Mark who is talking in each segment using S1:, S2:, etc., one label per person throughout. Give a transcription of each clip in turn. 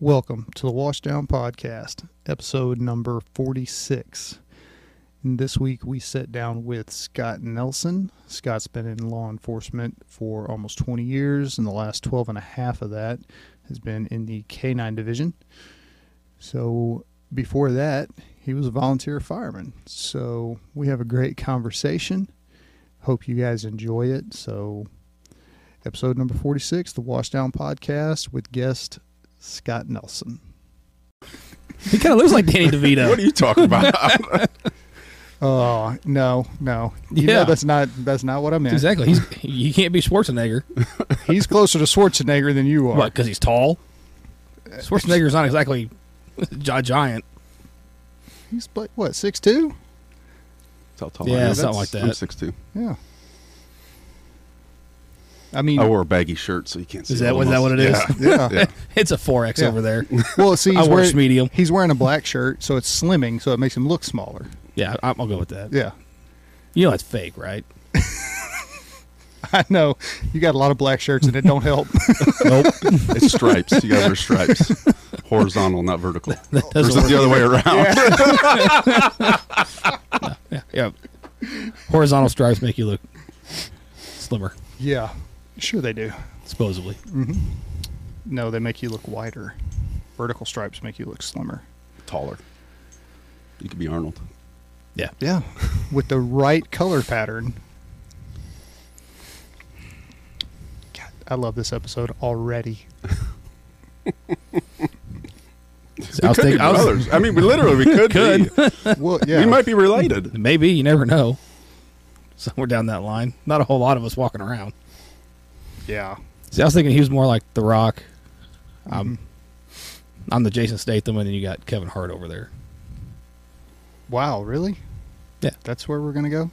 S1: Welcome to the Washdown Podcast, episode number 46. And this week we sit down with Scott Nelson. Scott's been in law enforcement for almost 20 years, and the last 12 and a half of that has been in the K9 division. So before that, he was a volunteer fireman. So we have a great conversation. Hope you guys enjoy it. So, episode number 46, the Washdown Podcast with guest Scott Nelson.
S2: He kind of looks like Danny
S3: What
S2: DeVito.
S3: are you talking about?
S1: Oh no, no! You know
S2: Yeah.
S1: that's not that's not what I meant.
S2: exactly. He's he can't be Schwarzenegger.
S1: He's closer to Schwarzenegger than you are.
S2: What? Because he's tall. Schwarzenegger's not exactly a giant.
S1: He's like what six two?
S3: How tall
S2: Yeah,
S3: I am.
S2: something like
S3: I'm
S2: that.
S3: 6'2".
S1: Yeah. I mean,
S3: I wore a baggy shirt, so you can't see.
S2: Is that
S3: all
S2: what-
S3: the
S2: is that what it is?
S3: muscles.
S1: yeah.
S3: Yeah.
S2: It's a four X
S1: Yeah.
S2: over there.
S1: Well, see,
S2: I
S1: he's
S2: works
S1: wearing,
S2: medium.
S1: he's wearing a black shirt, so it's slimming, so it makes him look smaller.
S2: Yeah, I- I'll go with that.
S1: Yeah,
S2: You know that's fake, right?
S1: I know. You got a lot of black shirts, and it don't help.
S2: Nope.
S3: yeah. It's stripes. You got to wear stripes. Horizontal, not vertical.
S2: That
S3: Or is it
S2: doesn't
S3: the
S2: work.
S3: other way around?
S2: Yeah. Horizontal stripes make you look slimmer,
S1: yeah, sure they do.
S2: supposedly.
S1: No, they make you look wider. Vertical stripes make you look slimmer.
S3: Taller. You could be Arnold.
S2: Yeah.
S1: Yeah, with the right color pattern. God, I love this episode already.
S2: So I was
S3: could
S2: thinking,
S3: be
S2: I was-
S3: brothers. I mean, we literally we could, be.
S1: Well, yeah,
S3: We might be related.
S2: maybe you never know. Somewhere down that line, not a whole lot of us walking around.
S1: yeah,
S2: See, I was thinking he was more like The Rock. I'm,
S1: Um,
S2: I'm the Jason Statham, and then you got Kevin Hart over there.
S1: Wow, really?
S2: Yeah.
S1: That's where we're going to go?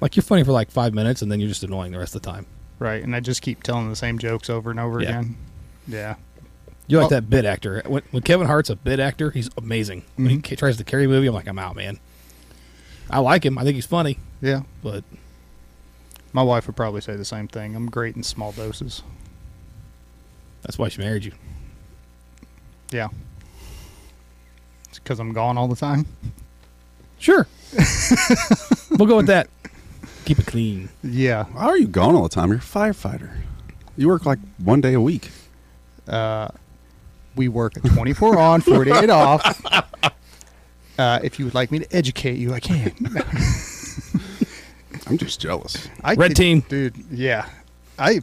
S2: Like you're funny for like five minutes, and then you're just annoying the rest of the time.
S1: Right. And I just keep telling the same jokes over and over
S2: Yeah.
S1: again. Yeah.
S2: You're like
S1: Oh.
S2: that bit actor. When, when Kevin Hart's a bit actor, he's amazing. When he
S1: Mhm.
S2: ca- tries to carry a movie, I'm like, I'm out, man. I like him. I think he's funny,
S1: Yeah.
S2: but
S1: My wife would probably say the same thing. I'm great in small doses.
S2: that's why she married you.
S1: Yeah. It's because I'm gone all the time.
S2: Sure, we'll go with that. Keep it clean.
S1: Yeah.
S3: Why are you gone all the time? You're a firefighter. You work like one day a week.
S1: Uh, we work at 24 on, 48 off. Uh, if you would like me to educate you, I can.
S3: I'm just jealous.
S1: I
S2: Red
S1: could-
S2: team.
S1: dude. Yeah, I,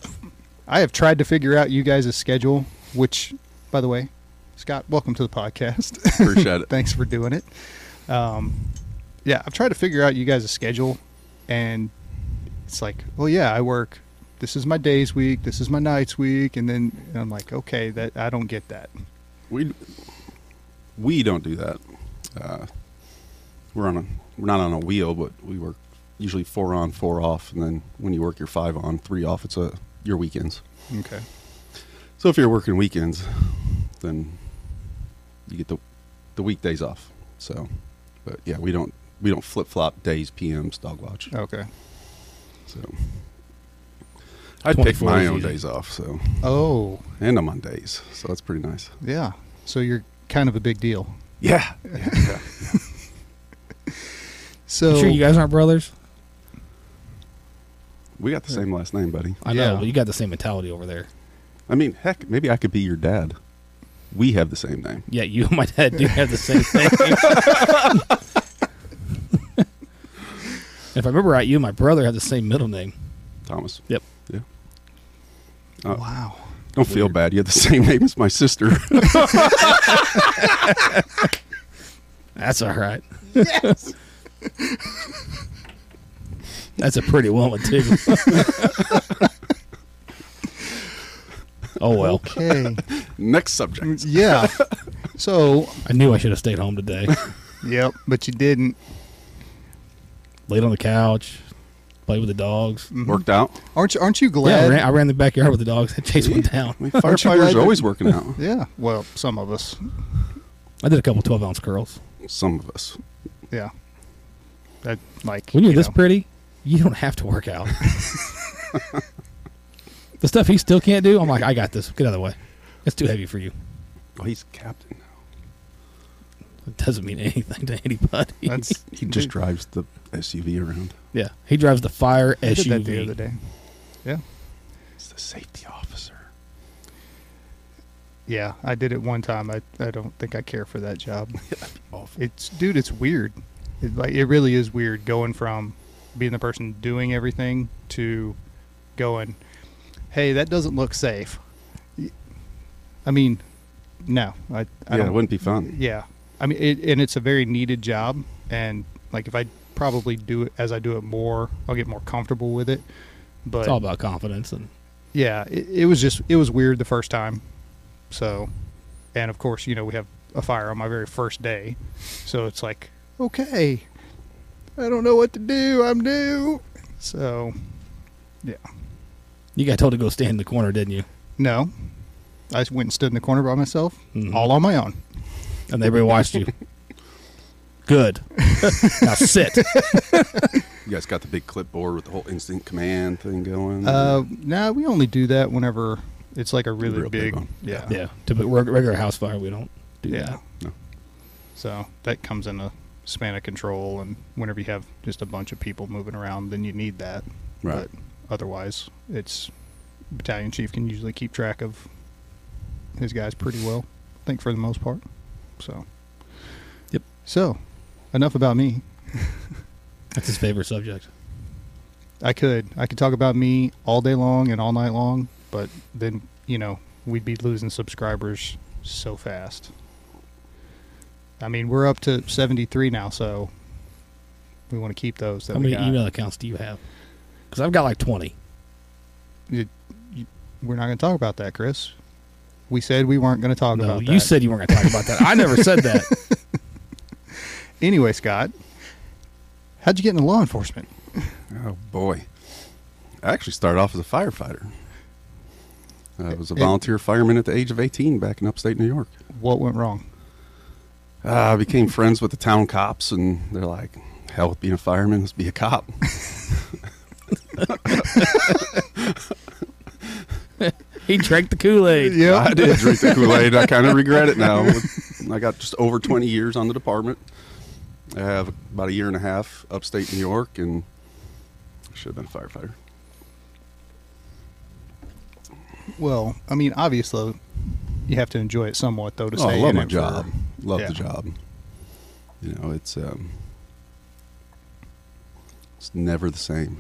S1: I have tried to figure out you guys' schedule. Which, by the way, Scott, welcome to the podcast.
S3: Appreciate it.
S1: Thanks for doing it. Um, yeah, I've tried to figure out you guys' schedule, and it's like, well, yeah, I work. This is my days week. This is my nights week, and then and I'm like, okay, that I don't get that.
S3: We we don't do that. Uh, we're on a we're not on a wheel, but we work usually four on, four off, and then when you work your five on, three off, it's a your weekends.
S1: Okay.
S3: So if you're working weekends, then you get the the weekdays off. So, but yeah, we don't we don't flip flop days, PMs, dog watch.
S1: Okay.
S3: So I pick
S2: 24
S3: my
S2: is
S3: own
S2: easy.
S3: days off. So
S1: Oh,
S3: and I'm on days, so that's pretty nice.
S1: yeah. So you're kind of a big deal.
S3: Yeah. yeah, yeah.
S1: So
S2: you sure you guys aren't brothers?
S3: we got the same last name, buddy.
S2: I
S1: Yeah.
S2: know, but you got the same mentality over there.
S3: I mean, heck, maybe I could be your dad. We have the same name.
S2: Yeah, you and my dad do have the same thing. if I remember right, you and my brother have the same middle name.
S3: Thomas.
S2: Yep.
S3: Yeah. Uh,
S1: wow.
S3: Don't feel bad. You have the same name as my sister.
S2: That's all right. Yes. That's a pretty woman too. oh well.
S1: Okay.
S3: Next subject.
S1: yeah. So,
S2: I knew I should have stayed home today.
S1: yep, but you didn't.
S2: Laid on the couch, played with the dogs.
S3: Worked out.
S1: Aren't you aren't you
S2: Yeah, I
S1: glad?
S2: ran, I ran in the backyard with the dogs. I chased one down.
S3: I mean,
S1: Aren't you glad
S3: firefighters
S1: that-
S3: are always working out.
S1: Yeah, Well, some of us.
S2: I did a couple twelve ounce curls.
S3: Some of us.
S1: Yeah. That like
S2: When you're
S1: you
S2: this
S1: know.
S2: pretty, you don't have to work out. the stuff he still can't do, I'm like, I got this. Get out of the way. It's too heavy for you.
S3: Oh, he's captain now.
S2: It doesn't mean anything to anybody.
S1: That's
S3: He just drives the SUV around.
S2: yeah, he drives the fire
S1: I did that the
S2: SUV.
S1: other day.
S3: He's the safety officer.
S1: Yeah, I did it one time. I, I don't think I care for that job.
S3: Awful.
S1: It's dude, it's weird. It, like it really is weird going from being the person doing everything to going, hey, that doesn't look safe. Y- I mean, no, I, I
S3: yeah,
S1: don't.
S3: it wouldn't be fun.
S1: Yeah, I mean, it, and it's a very needed job, and like if I probably do it as I do it more, I'll get more comfortable with it. But
S2: It's all about confidence and
S1: yeah, it, it was just it was weird the first time. So, and of course, you know, we have a fire on my very first day, so it's like, okay, I don't know what to do. I'm new. So, yeah,
S2: you got told to go stand in the corner, didn't you?
S1: no, I just went and stood in the corner by myself,
S3: Mm-hmm.
S2: Mhm.
S1: all on my own.
S2: And everybody watched you. Good. now sit.
S3: You guys got the big clipboard with the whole instant command thing going.
S1: Uh, no, we only do that whenever it's like a really
S3: Real big
S1: big,
S3: one.
S1: yeah,
S2: Yeah, to be reg- regular house fire, we don't do
S1: yeah.
S2: that.
S3: No.
S1: So that comes in a span of control, and whenever you have just a bunch of people moving around, then you need that.
S3: Right.
S1: But otherwise, it's battalion chief can usually keep track of his guys pretty well, I think for the most part. So.
S2: Yep.
S1: So, enough about me.
S2: That's his favorite subject.
S1: I could I could talk about me all day long and all night long, but then you know we'd be losing subscribers so fast. I mean, we're up to seventy three now, so we want to keep those. That
S2: How
S1: we
S2: many
S1: got.
S2: email accounts do you have? Because I've got like twenty.
S1: You- you- we're not going to talk about that, Chris. We said we weren't going to talk
S2: No,
S1: about
S2: you
S1: that.
S2: said you weren't going to talk about that. I never said that.
S1: anyway, Scott. How'd you get into law enforcement?
S3: Oh boy! I actually started off as a firefighter. I was a
S1: It-
S3: volunteer fireman at the age of 18 back in upstate New York.
S1: What went wrong?
S3: Uh, I became friends with the town cops, and they're like, "Hell with being a fireman, let's be a cop."
S2: He drank the Kool Aid.
S3: I did drink the Kool Aid. I kind of regret it now. I got just over 20 years on the department. I have about a year and a half upstate New York, and I should have been a firefighter.
S1: Well, I mean, obviously, you have to enjoy it somewhat, though, to
S3: Oh,
S1: stay
S3: I love
S1: in
S3: my
S1: it for-
S3: job. love
S1: yeah.
S3: the job. You know, it's um, it's never the same.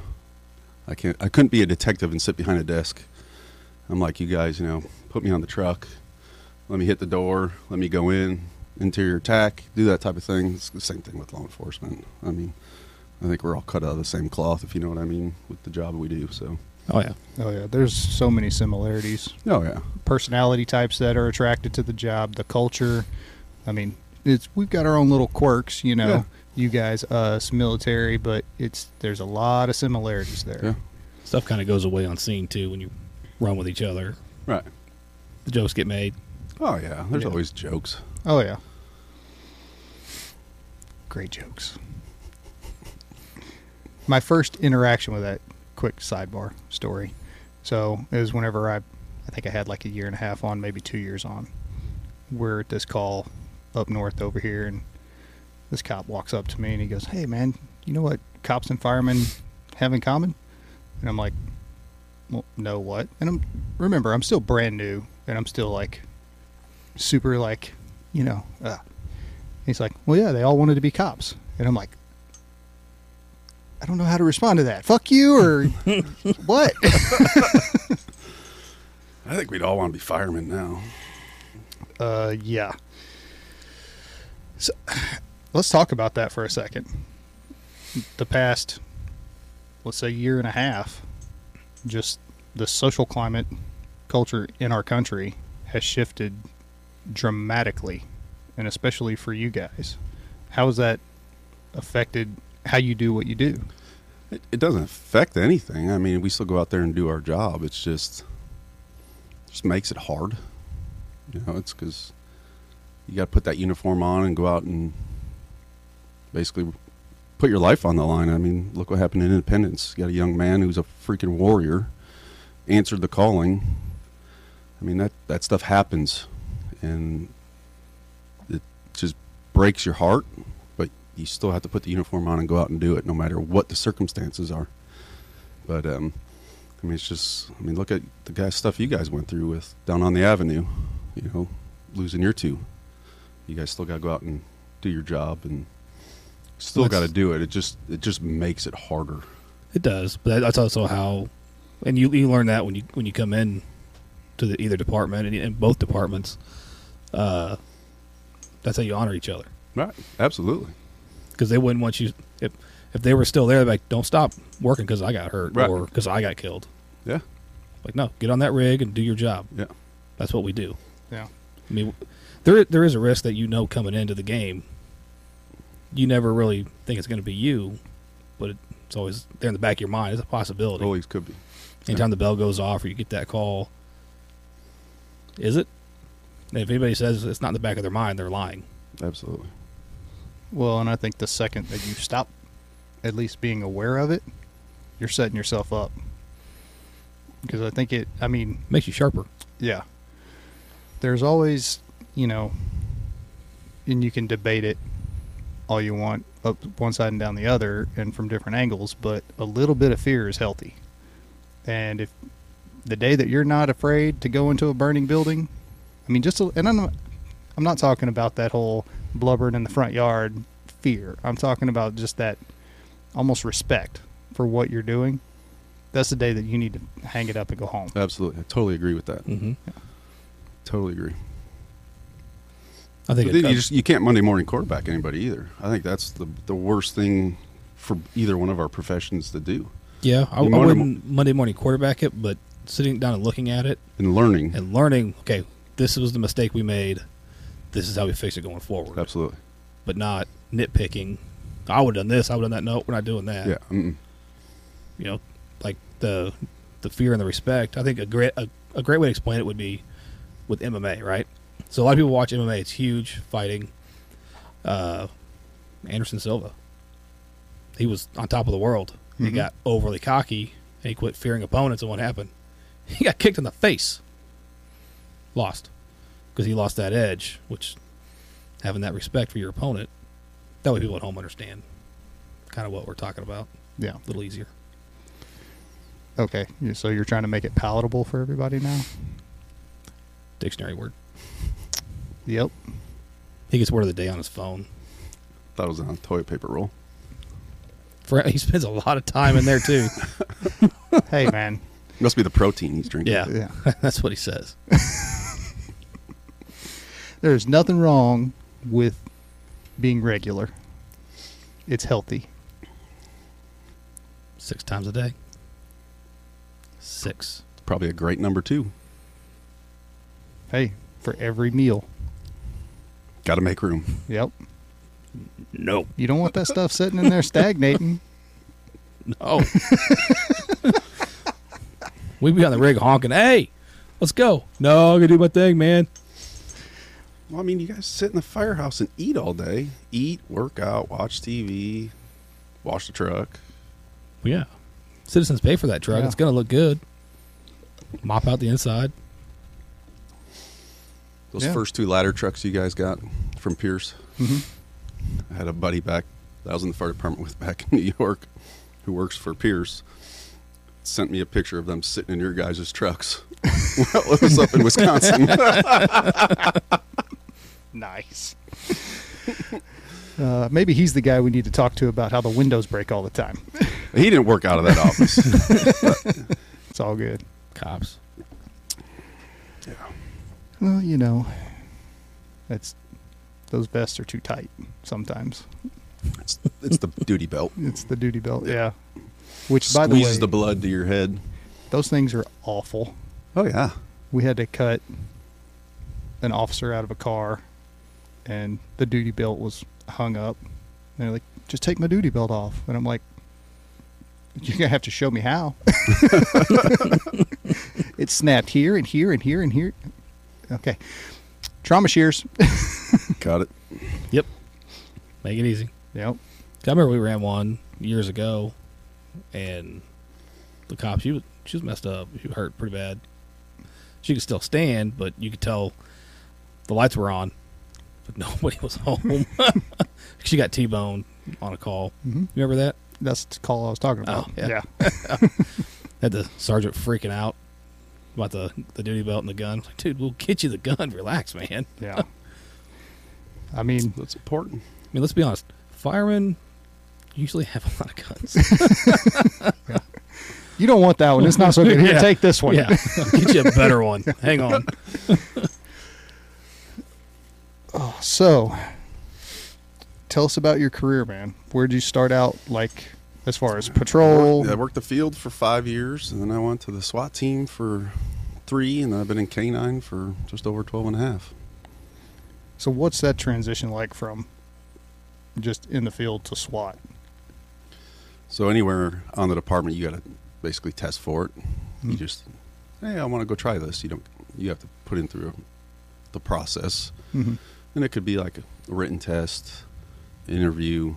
S3: I can't. I couldn't be a detective and sit behind a desk. I'm like you guys. You know, put me on the truck. Let me hit the door. Let me go in. Interior attack. Do that type of thing. It's the same thing with law enforcement. I mean, I think we're all cut out of the same cloth, if you know what I mean, with the job we do. So,
S2: Oh yeah.
S1: Oh yeah, there's so many similarities.
S3: oh yeah,
S1: Personality types that are attracted to the job, the culture. I mean, it's we've got our own little quirks, you know.
S3: Yeah.
S1: You guys, us, military, but it's there's a lot of similarities there.
S3: yeah,
S2: Stuff kind of goes away on scene too when you run with each other.
S3: right.
S2: The jokes get made.
S3: Oh yeah. There's
S1: Yeah.
S3: always jokes.
S1: Oh yeah. Great jokes. My first interaction with that quick sidebar story. So it was whenever I I think I had like a year and a half on, maybe two years on. We're at this call up north over here and this cop walks up to me and he goes, Hey man, you know what cops and firemen have in common? And I'm like, Well, no what? And I'm remember, I'm still brand new and I'm still like super like, you know. Uh. He's like, well, yeah, they all wanted to be cops, and I'm like, I don't know how to respond to that. Fuck you or what?
S3: I think we'd all want to be firemen now.
S1: uh, yeah. So, let's talk about that for a second. The past, let's say, year and a half, just the social climate, culture in our country has shifted dramatically, and especially for you guys. How has that affected how you do what you do?
S3: It, it doesn't affect anything. I mean, we still go out there and do our job. It's just just makes it hard. You know, it's because you got to put that uniform on and go out and basically put your life on the line. I mean, look what happened in Independence. You got a young man who's a freaking warrior answered the calling. I mean, that that stuff happens, and it just breaks your heart. But you still have to put the uniform on and go out and do it, no matter what the circumstances are. But um, I mean, it's just I mean, look at the guys stuff you guys went through with down on the avenue. You know, losing your two. You guys still got to go out and do your job and still
S2: That's-
S3: got to do it. It just it just makes it harder.
S2: It does, but that's also how, and you you learn that when you when you come in to the either department and in both departments, uh, that's how you honor each other
S3: Right. Absolutely.
S2: because they wouldn't want you if if they were still there, they'd be like, don't stop working because I got hurt
S3: Right.
S2: or because I got killed.
S3: Yeah.
S2: Like, no, get on that rig and do your job.
S3: Yeah.
S2: That's what we do.
S1: Yeah.
S2: I mean, there there is a risk that you know coming into the game. You never really think it's going to be you, but it's always there in the back of your mind. It's a possibility.
S3: Always could be.
S2: Anytime the bell goes off or you get that call, is it? And if anybody says it's not in the back of their mind, they're lying.
S3: Absolutely.
S1: Well, and I think the second that you stop at least being aware of it, you're setting yourself up. Because I think it, I mean,
S2: makes you sharper.
S1: yeah. There's always, you know, and you can debate it all you want up one side and down the other and from different angles, but a little bit of fear is healthy. And if the day that you're not afraid to go into a burning building, I mean, just, a, and I'm, I'm not talking about that whole blubbering in the front yard fear. I'm talking about just that almost respect for what you're doing. That's the day that you need to hang it up and go home.
S3: Absolutely. I totally agree with that.
S2: Mm-hmm.
S3: Totally agree.
S2: I think it
S3: But then you
S2: comes-
S3: just you can't Monday morning quarterback anybody either. I think that's the the worst thing for either one of our professions to do.
S2: yeah, I, I
S3: you wonder-
S2: wouldn't Monday morning quarterback it, but sitting down and looking at it
S3: And learning.
S2: and learning, okay, this was the mistake we made. This is how we fix it going forward.
S3: Absolutely.
S2: But not nitpicking. I would have done this. I would have done that. No, we're not doing that.
S3: Yeah. Mm-mm.
S2: you know, like the the fear and the respect. I think a great a, a great way to explain it would be with MMA, right? So a lot of people watch MMA. It's huge fighting. Uh, Anderson Silva, he was on top of the world. He
S1: Mhm.
S2: got overly cocky and he quit fearing opponents. And what happened? He got kicked in the face. Lost because he lost that edge, which having that respect for your opponent. That way, people at home understand kind of what we're talking about.
S1: Yeah.
S2: A little easier.
S1: Okay, you- so you're trying to make it palatable for everybody now?
S2: dictionary word.
S1: Yep.
S2: He gets word of the day on his phone.
S3: Thought it was on a toilet paper roll.
S2: For, he spends a lot of time in there too.
S1: hey, man.
S3: Must be the protein he's drinking.
S2: yeah,
S1: Yeah.
S2: that's what he says.
S1: There's nothing wrong with being regular. It's healthy.
S2: Six times a day. Six.
S3: Probably a great number two.
S1: Hey, for every meal.
S3: Got to make room.
S1: Yep.
S2: No,
S1: You don't want that stuff sitting in there stagnating.
S2: no. We'd be on the rig honking. Hey, let's go. No, I'm gonna do my thing, man.
S3: Well, I mean, you guys sit in the firehouse and eat all day. Eat, work out, watch TV, wash the truck.
S2: Yeah, citizens pay for that truck.
S1: Yeah.
S2: It's gonna look good. Mop out the inside.
S3: Those
S1: Yeah.
S3: first two ladder trucks you guys got from Pierce.
S1: Mhm.
S3: I had a buddy back that I was in the fire department with back in New York who works for Pierce sent me a picture of them sitting in your guys' trucks. well, it was up in Wisconsin.
S1: Nice. Uh, maybe he's the guy we need to talk to about how the windows break all the time.
S3: he didn't work out of that office.
S1: It's all good.
S2: Cops.
S3: yeah.
S1: Well, you know, that's those vests are too tight sometimes.
S3: it's, it's the duty belt.
S1: It's the duty belt. Yeah. Which, by the way,
S3: Squeezes the blood to your head.
S1: those things are awful.
S3: Oh, yeah.
S1: we had to cut an officer out of a car and the duty belt was hung up and they're like just take my duty belt off and i'm like you're gonna have to show me how it snapped here and here and here and here okay trauma shears
S3: Got it.
S2: Yep. Make it easy.
S1: yep
S2: 'Cause I remember we ran one years ago, and the cop she was she was messed up. She was hurt pretty bad. She could still stand, but you could tell the lights were on, but nobody was home. she got T boned on a call.
S1: Mhm.
S2: You remember that?
S1: That's the call I was talking about.
S2: Oh, yeah. Had the sergeant freaking out about the, the duty belt and the gun. Like, dude, we'll get you the gun. Relax, man.
S1: yeah. yeah. I mean,
S3: That's important.
S2: I mean, let's be honest. Firemen usually have a lot of guns.
S1: you don't want that one. It's not so good. Here,
S2: Yeah.
S1: take this one.
S2: yeah, I'll get you a better one. Hang on.
S1: So, tell us about your career, man. Where'd you start out, like, as far as patrol?
S3: Yeah, I worked the field for five years, and then I went to the SWAT team for three, and I've been in K9 for just over 12 and a half.
S1: So, what's that transition like from just in the field to SWAT?
S3: So anywhere on the department, you got to basically test for it.
S1: Hmm.
S3: You just, hey, I want to go try this. You don't. You have to put in through the process,
S1: Mm-hmm.
S3: and it could be like a written test, interview,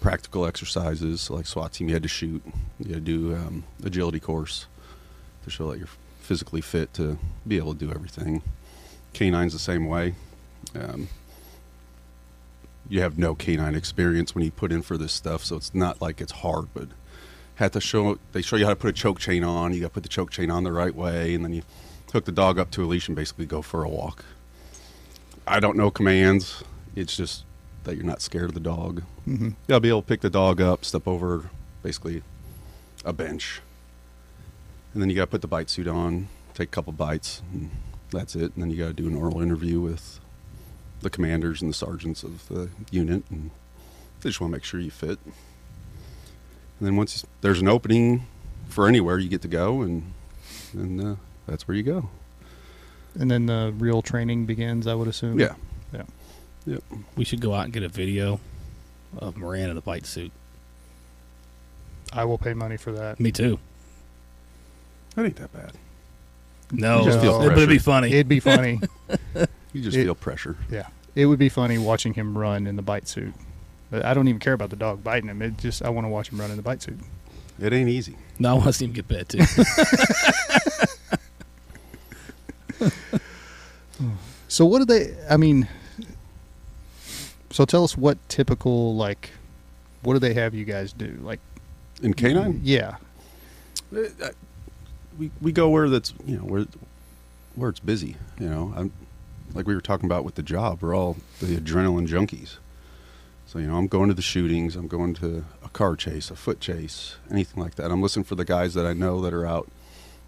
S3: practical exercises. So like SWAT team, you had to shoot. You had to do um, agility course to show that you're physically fit to be able to do everything. Canine's the same way. Um, you have no canine experience when you put in for this stuff, so it's not like it's hard, but had to show they show you how to put a choke chain on. You got to put the choke chain on the right way, and then you hook the dog up to a leash and basically go for a walk. I don't know commands. It's just that you're not scared of the dog.
S1: Mm-hmm.
S3: You gotta be able to pick the dog up, step over basically a bench, and then you gotta put the bite suit on, take a couple bites, and that's it. And then you gotta do an oral interview with the commanders and the sergeants of the unit, and they just want to make sure you fit. And then once you- there's an opening for anywhere, you get to go, and and uh, that's where you go.
S1: And then the real training begins, I would assume.
S3: Yeah,
S1: Yeah.
S3: yep.
S2: We should go out and get a video of Moran in the bite suit.
S1: I will pay money for that.
S2: Me too.
S3: That ain't that bad.
S2: No,
S1: You just feel
S2: it would be
S3: pressure.
S2: funny.
S1: It'd be funny.
S3: You just
S1: It-
S3: feel pressure.
S1: yeah. It would be funny watching him run in the bite suit. But I don't even care about the dog biting him. It just I want to watch him run in the bite suit.
S3: It ain't easy.
S2: no, I want to see him get bit too.
S1: So what do they? I mean, so tell us what typical like, what do they have you guys do? Like,
S3: In canine,
S1: yeah,
S3: Uh, I- we we go where that's you know where where it's busy. You know, I'm like we were talking about with the job. We're all the adrenaline junkies. So you know, I'm going to the shootings. I'm going to a car chase, a foot chase, anything like that. I'm listening for the guys that I know that are out.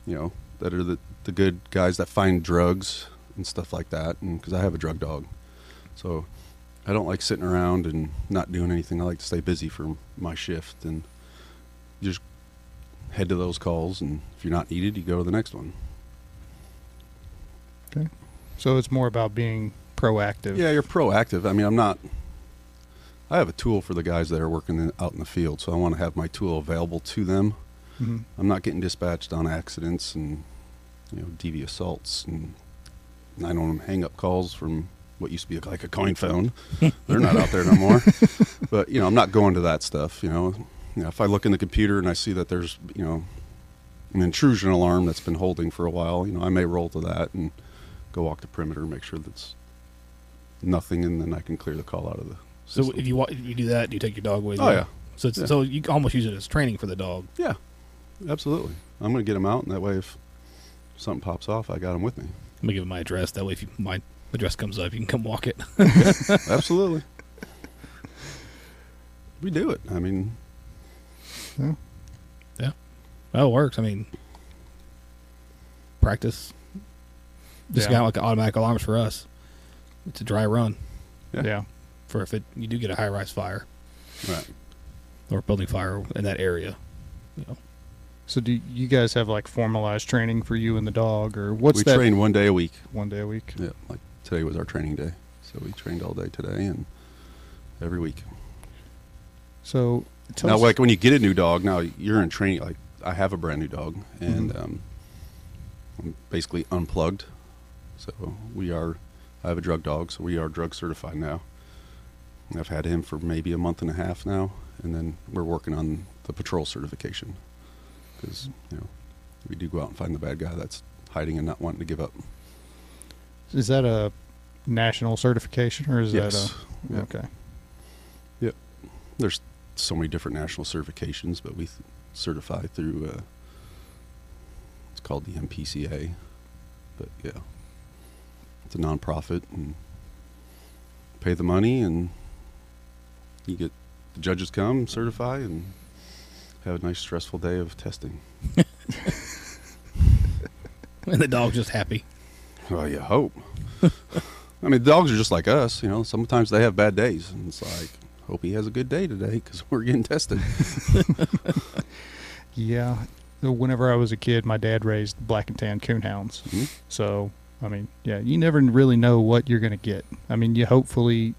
S3: You know, that are the the good guys that find drugs and stuff like that. And because I have a drug dog, so I don't like sitting around and not doing anything. I like to stay busy for my shift and just head to those calls, and if you're not needed, you go to the next one.
S1: So it's more about being proactive.
S3: Yeah, you're proactive. I mean, I'm not. I have a tool for the guys that are working in, out in the field, so I want to have my tool available to them.
S1: Mhm.
S3: I'm not getting dispatched on accidents and you know DV assaults and 911 hang-up calls from what used to be like a coin phone. They're not out there no more. But you know, I'm not going to that stuff. You know, you know, if I look in the computer and I see that there's you know an intrusion alarm that's been holding for a while, you know, I may roll to that and go walk the perimeter, make sure that's nothing, and then I can clear the call out of the.
S2: so
S3: system.
S2: if you wa- if you do that, do you take your dog with you?
S3: oh yeah,
S2: So it's,
S3: Yeah.
S2: so you almost use it as training for the dog.
S3: yeah, absolutely. I'm gonna get them out, and that way, if something pops off, I got them with me.
S2: Let me give him my address. That way, if you, my address comes up, you can come walk it.
S3: Absolutely. we do it. I mean,
S2: Well, it works. I mean, practice. Just
S1: Yeah.
S2: got like automatic alarms for us. It's a dry run
S3: Yeah.
S1: yeah.
S2: for if it you do get a high rise fire
S3: right.
S2: or building fire in that area. You know,
S1: So do you guys have like formalized training for you and the dog, or what's
S3: we
S1: that?
S3: train one day a week.
S1: One day a week.
S3: Yeah, like today was our training day, so we trained all day today and every week.
S1: So tell
S3: now,
S1: us.
S3: like when you get a new dog, now you're in training. Like I have a brand new dog,
S1: Mm-hmm.
S3: and um, I'm basically unplugged. So we are. I have a drug dog, so we are drug certified now. And I've had him for maybe a month and a half now, and then we're working on the patrol certification because you know we do go out and find the bad guy that's hiding and not wanting to give up.
S1: is that a national certification, or is
S3: yes.
S1: that uh, a,
S3: yeah.
S1: okay?
S3: There's so many different national certifications, but we th- certify through uh, it's called the MPCA, but yeah, it's a nonprofit and pay the money and you get the judges come certify and have a nice stressful day of testing.
S2: and the dog's just happy.
S3: Well, you hope. I mean, dogs are just like us, you know. Sometimes they have bad days, and it's like, hope he has a good day today because we're getting tested.
S1: Yeah. Whenever I was a kid, my dad raised black and tan coonhounds.
S3: Mhm.
S1: So, I mean, yeah, you never really know what you're going to get. I mean, you hopefully,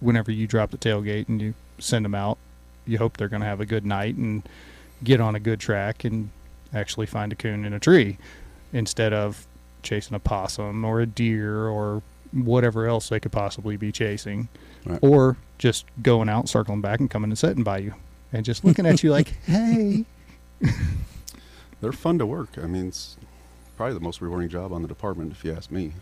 S1: whenever you drop the tailgate and you send them out, you hope they're going to have a good night and get on a good track and actually find a coon in a tree instead of chasing a possum or a deer or whatever else they could possibly be chasing.
S3: Right.
S1: Or just going out, circling back, and coming and sitting by you and just looking at you like, hey.
S3: They're fun to work. I mean, it's probably the most rewarding job on the department, if you ask me.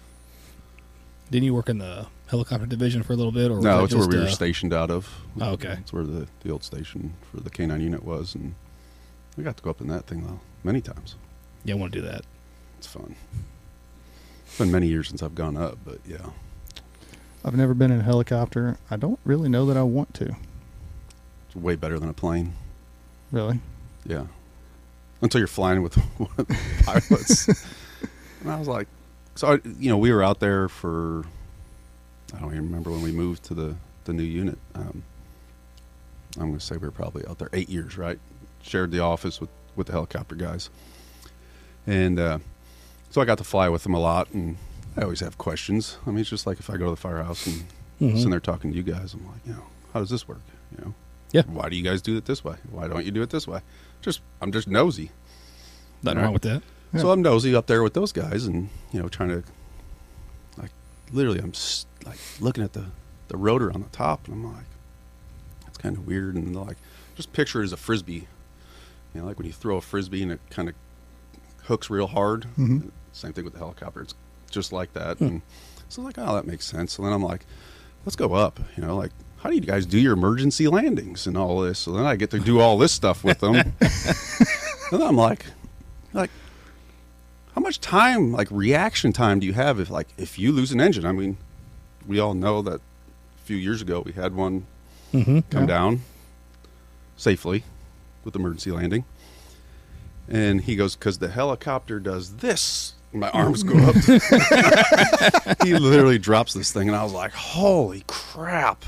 S2: Didn't you work in the helicopter division for a little bit? Or was
S3: No,
S2: that
S3: it's where
S2: just,
S3: we were
S2: uh,
S3: stationed out of.
S2: Oh, okay.
S3: It's where the, the old station for the K9 unit was, and we got to go up in that thing though many times.
S2: Yeah, I want to do that.
S3: It's fun. It's been many years since I've gone up, but yeah,
S1: I've never been in a helicopter. I don't really know that I want to.
S3: it's way better than a plane.
S1: Really?
S3: Yeah. Until you're flying with one of the pilots. and I was like, so, I, you know, we were out there for, I don't even remember when we moved to the, the new unit. Um, I'm going to say we were probably out there eight years, right? Shared the office with, with the helicopter guys. And uh, so I got to fly with them a lot. And I always have questions. I mean, it's just like if I go to the firehouse and
S2: Mhm.
S3: sitting there talking to you guys, I'm like, you know, how does this work? You know?
S2: Yeah.
S3: Why do you guys do it this way? Why don't you do it this way? Just I'm just nosy.
S2: Nothing wrong with that.
S1: Yeah.
S3: So I'm nosy up there with those guys, and you know, trying to like literally, I'm s like looking at the the rotor on the top, and I'm like, that's kind of weird. And like, just picture it as a frisbee. You know, like when you throw a frisbee and it kind of hooks real hard.
S1: Mhm.
S3: Same thing with the helicopter. It's just like that.
S2: Hmm.
S3: And so like, oh, that makes sense. So then I'm like, let's go up. You know, like, how do you guys do your emergency landings and all this? So then I get to do all this stuff with them. and then I'm like, like, how much time, like reaction time, do you have if like if you lose an engine? I mean, we all know that a few years ago we had one
S2: Mm-hmm.
S3: come
S1: Yeah.
S3: down safely with emergency landing. And he goes, because the helicopter does this. My arms go up. he literally drops this thing, and I was like, "Holy crap!"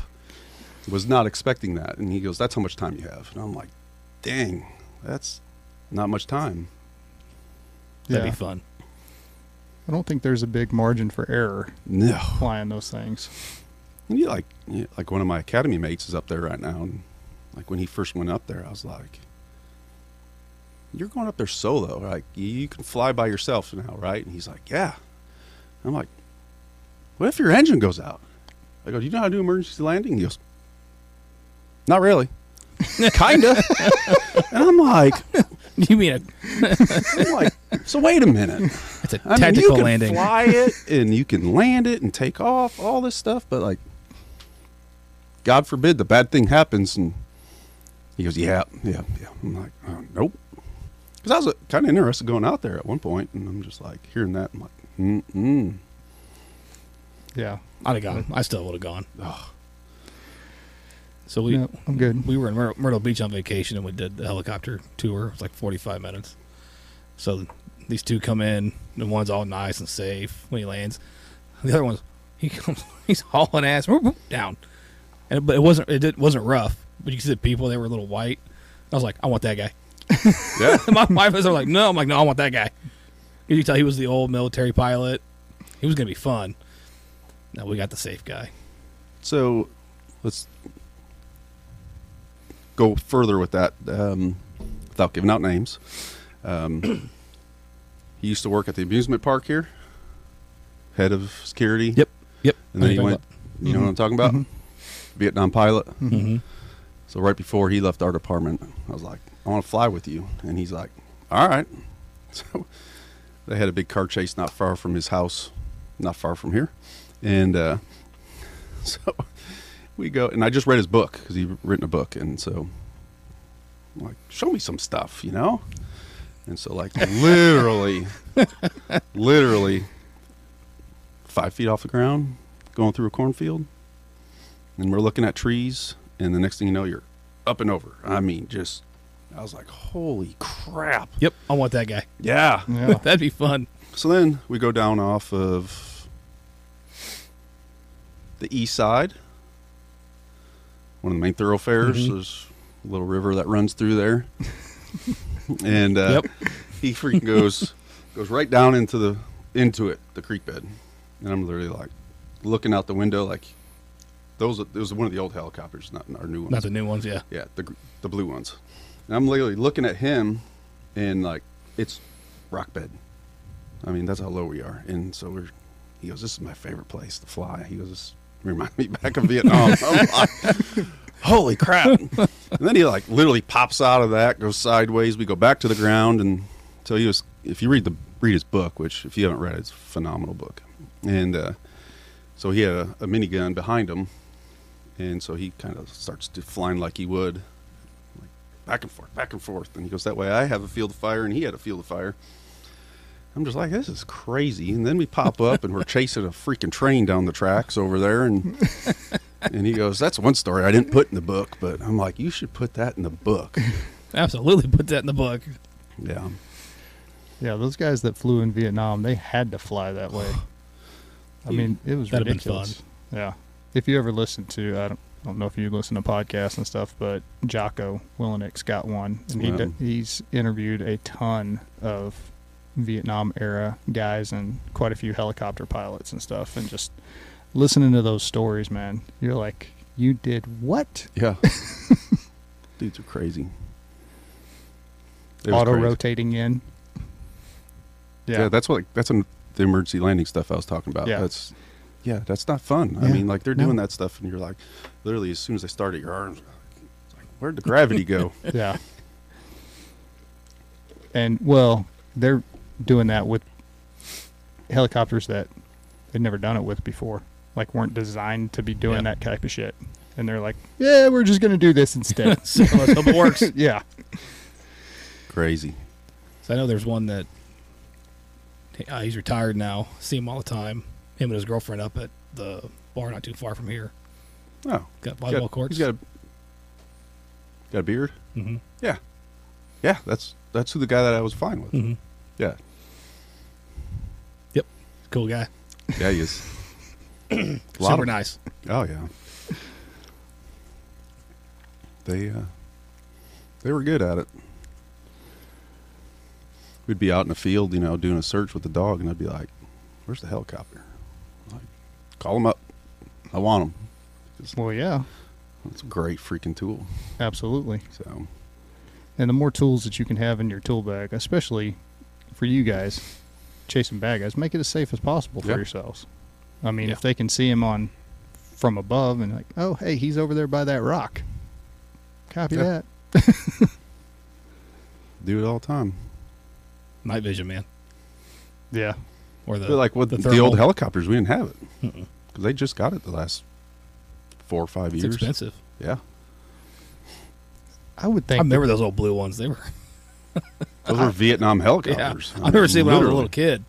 S3: Was not expecting that. And he goes, "That's how much time you have." And I'm like, "Dang, that's not much time."
S2: That'd
S1: Yeah.
S2: be fun.
S1: I don't think there's a big margin for error
S3: No,
S1: flying those things.
S3: And you like you, like one of my academy mates is up there right now, and like when he first went up there, I was like, "You're going up there solo, like you, you can fly by yourself now, right?" And he's like, "Yeah." I'm like, "What if your engine goes out?" I go, "Do you know how to do emergency landing?" He goes, "Not really, kinda." and I'm like,
S2: You mean a,
S3: I'm like, "So wait a minute."
S2: it's a
S3: I mean, you
S2: tactical
S3: can
S2: landing?
S3: fly it and you can land it and take off, all this stuff, but like, God forbid the bad thing happens. And he goes, yeah, yeah, yeah. I'm like, oh, nope. Because I was kind of interested going out there at one point, and I'm just like hearing that. I'm like, mm-mm.
S1: Yeah.
S2: I'd have gone. I still would have gone.
S3: Ugh.
S2: So we
S1: no, I'm good.
S2: we were in Myr- Myrtle Beach on vacation and we did the helicopter tour. It was like 45 minutes. So these two come in, and one's all nice and safe when he lands. The other one's he comes, he's hauling ass whoop, whoop, down. And but it wasn't it did, wasn't rough. But you could see the people they were a little white. I was like, I want that guy.
S3: Yeah.
S2: And my wife was like, no. I'm like, no, I want that guy. You could tell he was the old military pilot. He was gonna be fun. No, we got the safe guy.
S3: So let's go further with that um, without giving out names. Um, he used to work at the amusement park here, head of security.
S2: Yep. Yep.
S3: And then he went, you know what I'm talking about? Vietnam pilot.
S2: hmm
S3: So right before he left our department, I was like, I want to fly with you. And he's like, all right. So they had a big car chase not far from his house not far from here, and uh, so we go. And I just read his book because he written a book, and so I'm like, show me some stuff, you know. And so, like, literally, literally, five feet off the ground, going through a cornfield, and we're looking at trees, and the next thing you know, you're up and over. I mean, just, I was like, holy crap.
S2: Yep, I want that guy.
S3: Yeah.
S1: Yeah.
S2: That'd be fun.
S3: So then we go down off of the east side, one of the main thoroughfares.
S2: Mhm.
S3: There's a little river that runs through there, and uh, he freaking goes goes right down into the into it, the creek bed, and I'm literally like looking out the window, like those. It was one of the old helicopters, not our new ones.
S2: Not the new ones, yeah.
S3: Yeah, the gr- the blue ones. And I'm literally looking at him, and like it's rock bed. I mean, that's how low we are. And so we're. He goes, "This is my favorite place to fly." He goes, "This reminds me back of Vietnam." I'm like, Holy crap! and then he like literally pops out of that, goes sideways. We go back to the ground, and so he was. If you read the read his book, which if you haven't read, it, it's a phenomenal book. And uh, so he had a, a minigun behind him, and so he kind of starts to flying like he would, like back and forth, back and forth. And he goes, That way I have a field of fire, and he had a field of fire. I'm just like, This is crazy. And then we pop up and we're chasing a freaking train down the tracks over there. And, and he goes, That's one story I didn't put in the book, but I'm like, You should put that in the book.
S2: Absolutely put that in the book.
S3: Yeah.
S1: Yeah, those guys that flew in Vietnam, they had to fly that way. I
S2: Dude,
S1: mean, it was
S2: that'd have been
S1: ridiculous. Yeah. If you ever listen to, I don't, I don't know if you listen to podcasts and stuff, but Jocko Willenick's got one, and he
S3: Wow.
S1: d- he's interviewed a ton of Vietnam era guys and quite a few helicopter pilots and stuff, and just listening to those stories, man, you're like, you did what?
S3: Yeah. Dudes are crazy. It was
S1: Auto
S3: crazy.
S1: rotating in.
S3: Yeah. that's what that's an, the emergency landing stuff I was talking about.
S1: Yeah.
S3: That's yeah, that's not fun. I
S1: Yeah.
S3: mean, like they're
S1: No.
S3: doing that stuff, and you're like, literally, as soon as they start at your arms, it's like, where'd the gravity go?
S1: yeah. And well, they're doing that with helicopters that they'd never done it with before. Like weren't designed to be doing
S2: Yeah.
S1: that type of shit. And they're like, Yeah, we're just gonna do this instead.
S2: so let's hope it works.
S1: yeah.
S3: Crazy.
S2: So I know there's one that uh, he's retired now. See him all the time. Him and his girlfriend up at the bar not too far from here.
S3: Oh,
S2: Got
S3: he's
S2: volleyball
S3: got-
S2: courts.
S3: He's got a, got a beard.
S2: hmm
S3: Yeah, yeah. That's that's who the guy that I was flying with.
S2: hmm
S3: Yeah,
S2: Cool guy.
S3: yeah, he is. A lot
S2: Super
S3: of-
S2: nice.
S3: Oh yeah. They uh, they were good at it. We'd be out in the field, you know, doing a search with the dog, and I'd be like, "Where's the helicopter?" Like, call them up. I want them.
S1: Well yeah,
S3: It's a great freaking tool.
S1: absolutely.
S3: So
S1: And the more tools that you can have in your tool bag, especially for you guys chasing bad guys, make it as safe as possible for
S3: Yeah.
S1: yourselves. I mean,
S2: Yeah.
S1: if they can see him on from above and like, oh, hey, he's over there by that rock. Copy
S3: Yeah.
S1: that.
S3: do it all the time.
S2: Night vision, man.
S1: Yeah.
S2: Or the
S3: But like with the,
S2: thermal.
S3: old helicopters, we didn't have it
S2: Mm-mm.
S3: because they just got it the last four or five
S2: It's
S3: years.
S2: expensive.
S3: Yeah,
S1: I would
S2: I
S1: think.
S2: remember those old blue ones. They were.
S3: those were Vietnam
S2: Yeah.
S3: helicopters.
S2: I remember seeing when I was a
S3: Literally.
S2: little kid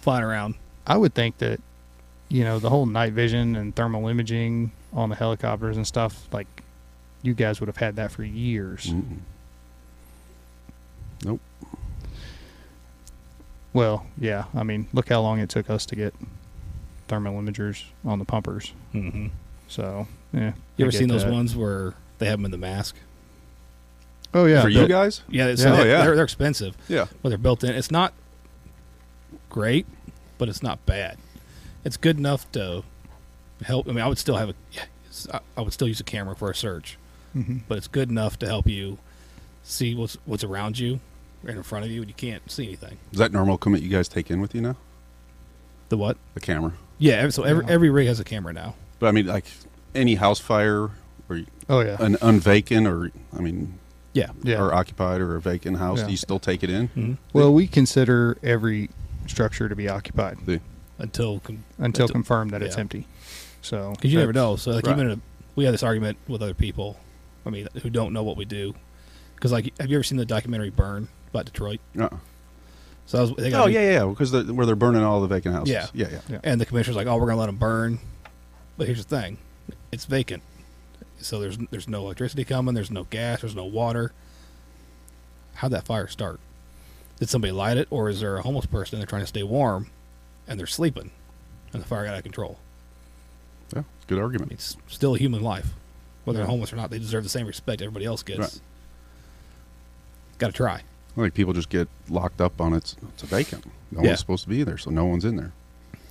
S2: flying around.
S1: I would think that, you know, the whole night vision and thermal imaging on the helicopters and stuff, like, you guys would have had that for years.
S3: Mm-mm.
S1: Well, yeah. I mean, look how long it took us to get thermal imagers on the pumpers.
S2: Mm-hmm.
S1: So, yeah.
S2: You
S1: I
S2: ever
S1: get
S2: seen those
S1: that.
S2: ones where they have them in the mask?
S1: Oh, yeah.
S3: For
S1: but-
S3: you guys?
S2: Yeah,
S1: Yeah.
S2: so
S3: Oh, yeah.
S2: They're, they're expensive,
S3: Yeah.
S2: but they're built in. It's not great, but it's not bad. It's good enough to help. I mean, I would still have a, yeah, it's- I- I would still use a camera for a search,
S1: Mhm.
S2: but it's good enough to help you see what's what's around you and in front of you, and you can't see anything.
S3: Is that normal equipment you guys take in with you now?
S2: The what?
S3: The camera.
S2: Yeah. ev- So every
S1: Yeah.
S2: every rig has a camera now.
S3: But I mean, like any house fire or
S1: Oh yeah.
S3: an unvacant or I mean,
S2: Yeah.
S1: yeah.
S3: or occupied or a vacant house,
S1: Yeah.
S3: do you still take it in?
S2: Mhm.
S1: well, we consider every structure to be occupied.
S3: Do you?
S2: until because
S1: until
S2: Until-
S1: confirmed that it's
S2: yeah.
S1: empty. So
S2: you never
S1: that's-
S2: know. So like
S1: right.
S2: even if we have this argument with other people, I mean, who don't know what we do, because like, have you ever seen the documentary Burn about Detroit?
S3: Uh-uh.
S2: So I was, they got
S3: Oh yeah, yeah, because they're, where they're burning all the vacant houses.
S2: Yeah.
S3: yeah, yeah.
S2: and the commissioner's like, oh, we're gonna let them burn, but here's the thing, it's vacant, so there's there's no electricity coming, there's no gas, there's no water. How'd that fire start? Did somebody light it, or is there a homeless person and they're trying to stay warm, and they're sleeping, and the fire got out of control?
S3: yeah it's a good argument.
S2: It's still a human life, whether
S3: Yeah.
S2: they're homeless or not. They deserve the same respect everybody else gets.
S3: Right.
S2: Got to try.
S3: I think people just get locked up on it's it's a vacant. No
S2: Yeah.
S3: one's supposed to be there, so no one's in there.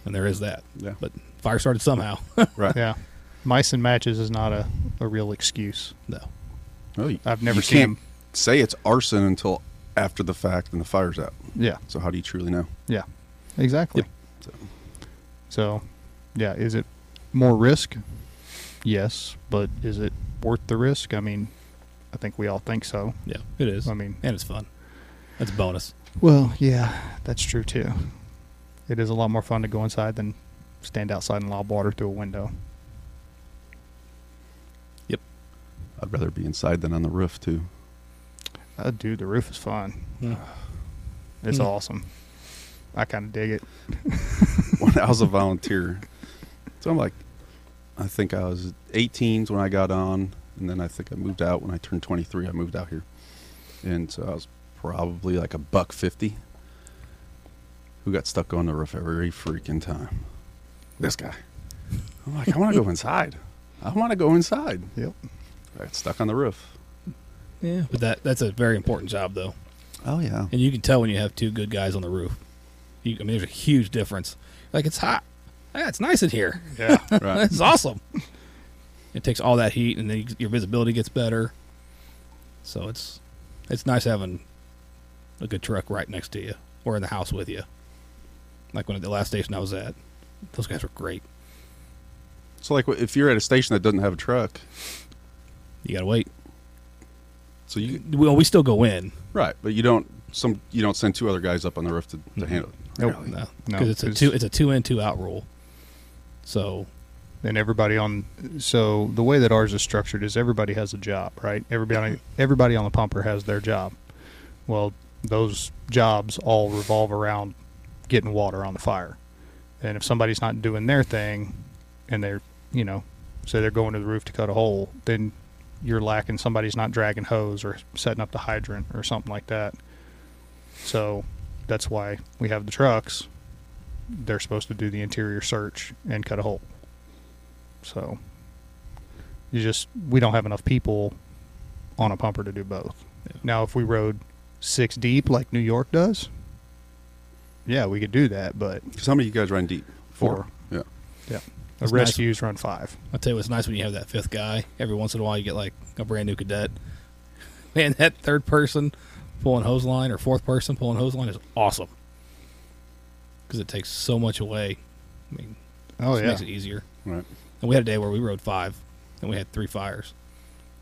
S2: and there is that.
S3: Yeah,
S2: But fire started somehow.
S3: right.
S1: Yeah, mice and matches is not a, a real excuse.
S2: no,
S3: Well, you-
S1: I've never
S3: you
S1: seen
S3: can't say it's arson until after the fact and the fire's out.
S1: Yeah,
S3: So how do you truly know?
S1: yeah, exactly.
S3: So,
S1: So, yeah, is it more risk? Yes, but is it worth the risk? I mean, I think we all think so.
S2: yeah, it is,
S1: I mean,
S2: and it's fun. That's a bonus.
S1: well, yeah, that's true too. It is a lot more fun to go inside than stand outside and lob water through a window.
S3: I'd rather be inside than on the roof too.
S1: Oh, dude, the roof is fun. It's
S2: Hmm.
S1: awesome. I kind of dig it.
S3: when I was a volunteer. So I'm like, I think I was 18s when I got on, and then I think I moved out when I turned 23. I moved out here, and so I was probably like a buck fifty. Who got stuck on the roof every freaking time? This guy. I'm like, I want to go inside. I want to go inside.
S1: Yep.
S3: I got stuck on the roof.
S2: Yeah, but that that's a very important job though,
S3: Oh yeah.
S2: and you can tell when you have two good guys on the roof. You, I mean, there's a huge difference. Like it's hot. Yeah, it's nice in here.
S1: Yeah.
S3: Right.
S2: It's awesome. it takes all that heat, and then you, your visibility gets better. So it's it's nice having a good truck right next to you or in the house with you. Like when at the last station I was at, those guys were great.
S3: So like, if you're at a station that doesn't have a truck,
S2: You gotta wait.
S3: so you
S2: Well, we still go in.
S3: right, but you don't some you don't send two other guys up on the roof to, to
S2: Mhm.
S3: handle it.
S1: Nope.
S2: No, because
S1: No,
S2: it's a
S1: 'cause-
S2: two it's a two in two out rule. So
S1: and everybody on so the way that ours is structured is everybody has a job right everybody everybody on the pumper has their job well those jobs all revolve around getting water on the fire and if somebody's not doing their thing and they're you know say they're going to the roof to cut a hole then you're lacking somebody's not dragging hose or setting up the hydrant or something like that so that's why we have the trucks they're supposed to do the interior search and cut a hole so you just we don't have enough people on a pumper to do both.
S2: Yeah.
S1: Now if we rode six deep like New York does, yeah, we could do that, but
S3: Because how many of you guys run deep?
S1: Four.
S3: Yeah.
S1: the
S2: It's nice.
S1: rescues run five.
S2: I'll tell you what's nice when you have that fifth guy. Every once in a while, you get like a brand new cadet. Man, that third person pulling hose line or fourth person pulling hose line is awesome because it takes so much away. I mean,
S1: Oh
S2: it
S1: yeah.
S2: makes it easier.
S3: Right.
S2: And we had a day where we rode five, and we had three fires.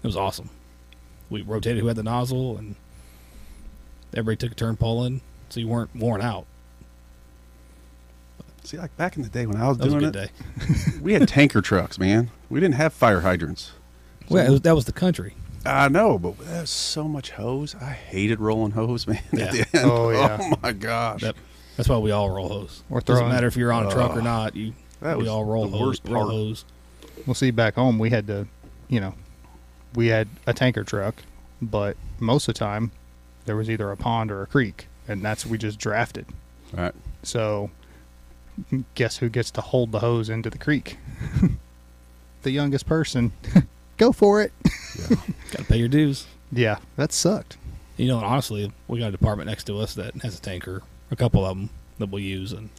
S2: It was awesome. We rotated who had the nozzle, and everybody took a turn pulling, so you weren't worn out.
S3: See, like back in the day when I was
S2: That was a
S3: doing
S2: good
S3: it,
S2: day.
S3: we had tanker trucks, man. We didn't have fire hydrants.
S2: Well, it was, that was the country.
S3: I know, but that was so much hose. I hated rolling hose, man. At
S2: Yeah.
S3: the end.
S1: Oh, yeah.
S3: my gosh.
S2: Yep. That's why we all roll hose.
S1: Or
S2: doesn't
S1: throwing-
S2: matter if you're on a truck or
S3: Ugh.
S2: not. You
S3: That
S2: we
S3: was
S2: all roll
S3: the
S2: hose.
S3: worst
S2: Roll
S3: part.
S2: hose.
S1: Well see back home we had to you know we had a tanker truck, but most of the time there was either a pond or a creek and that's we just drafted.
S3: All right.
S1: So guess who gets to hold the hose into the creek? the youngest person. Go for it.
S3: Yeah.
S2: Got to pay your dues.
S1: Yeah, that sucked.
S2: You know, and honestly, we got a department next to us that has a tanker, a couple of them that we'll use, and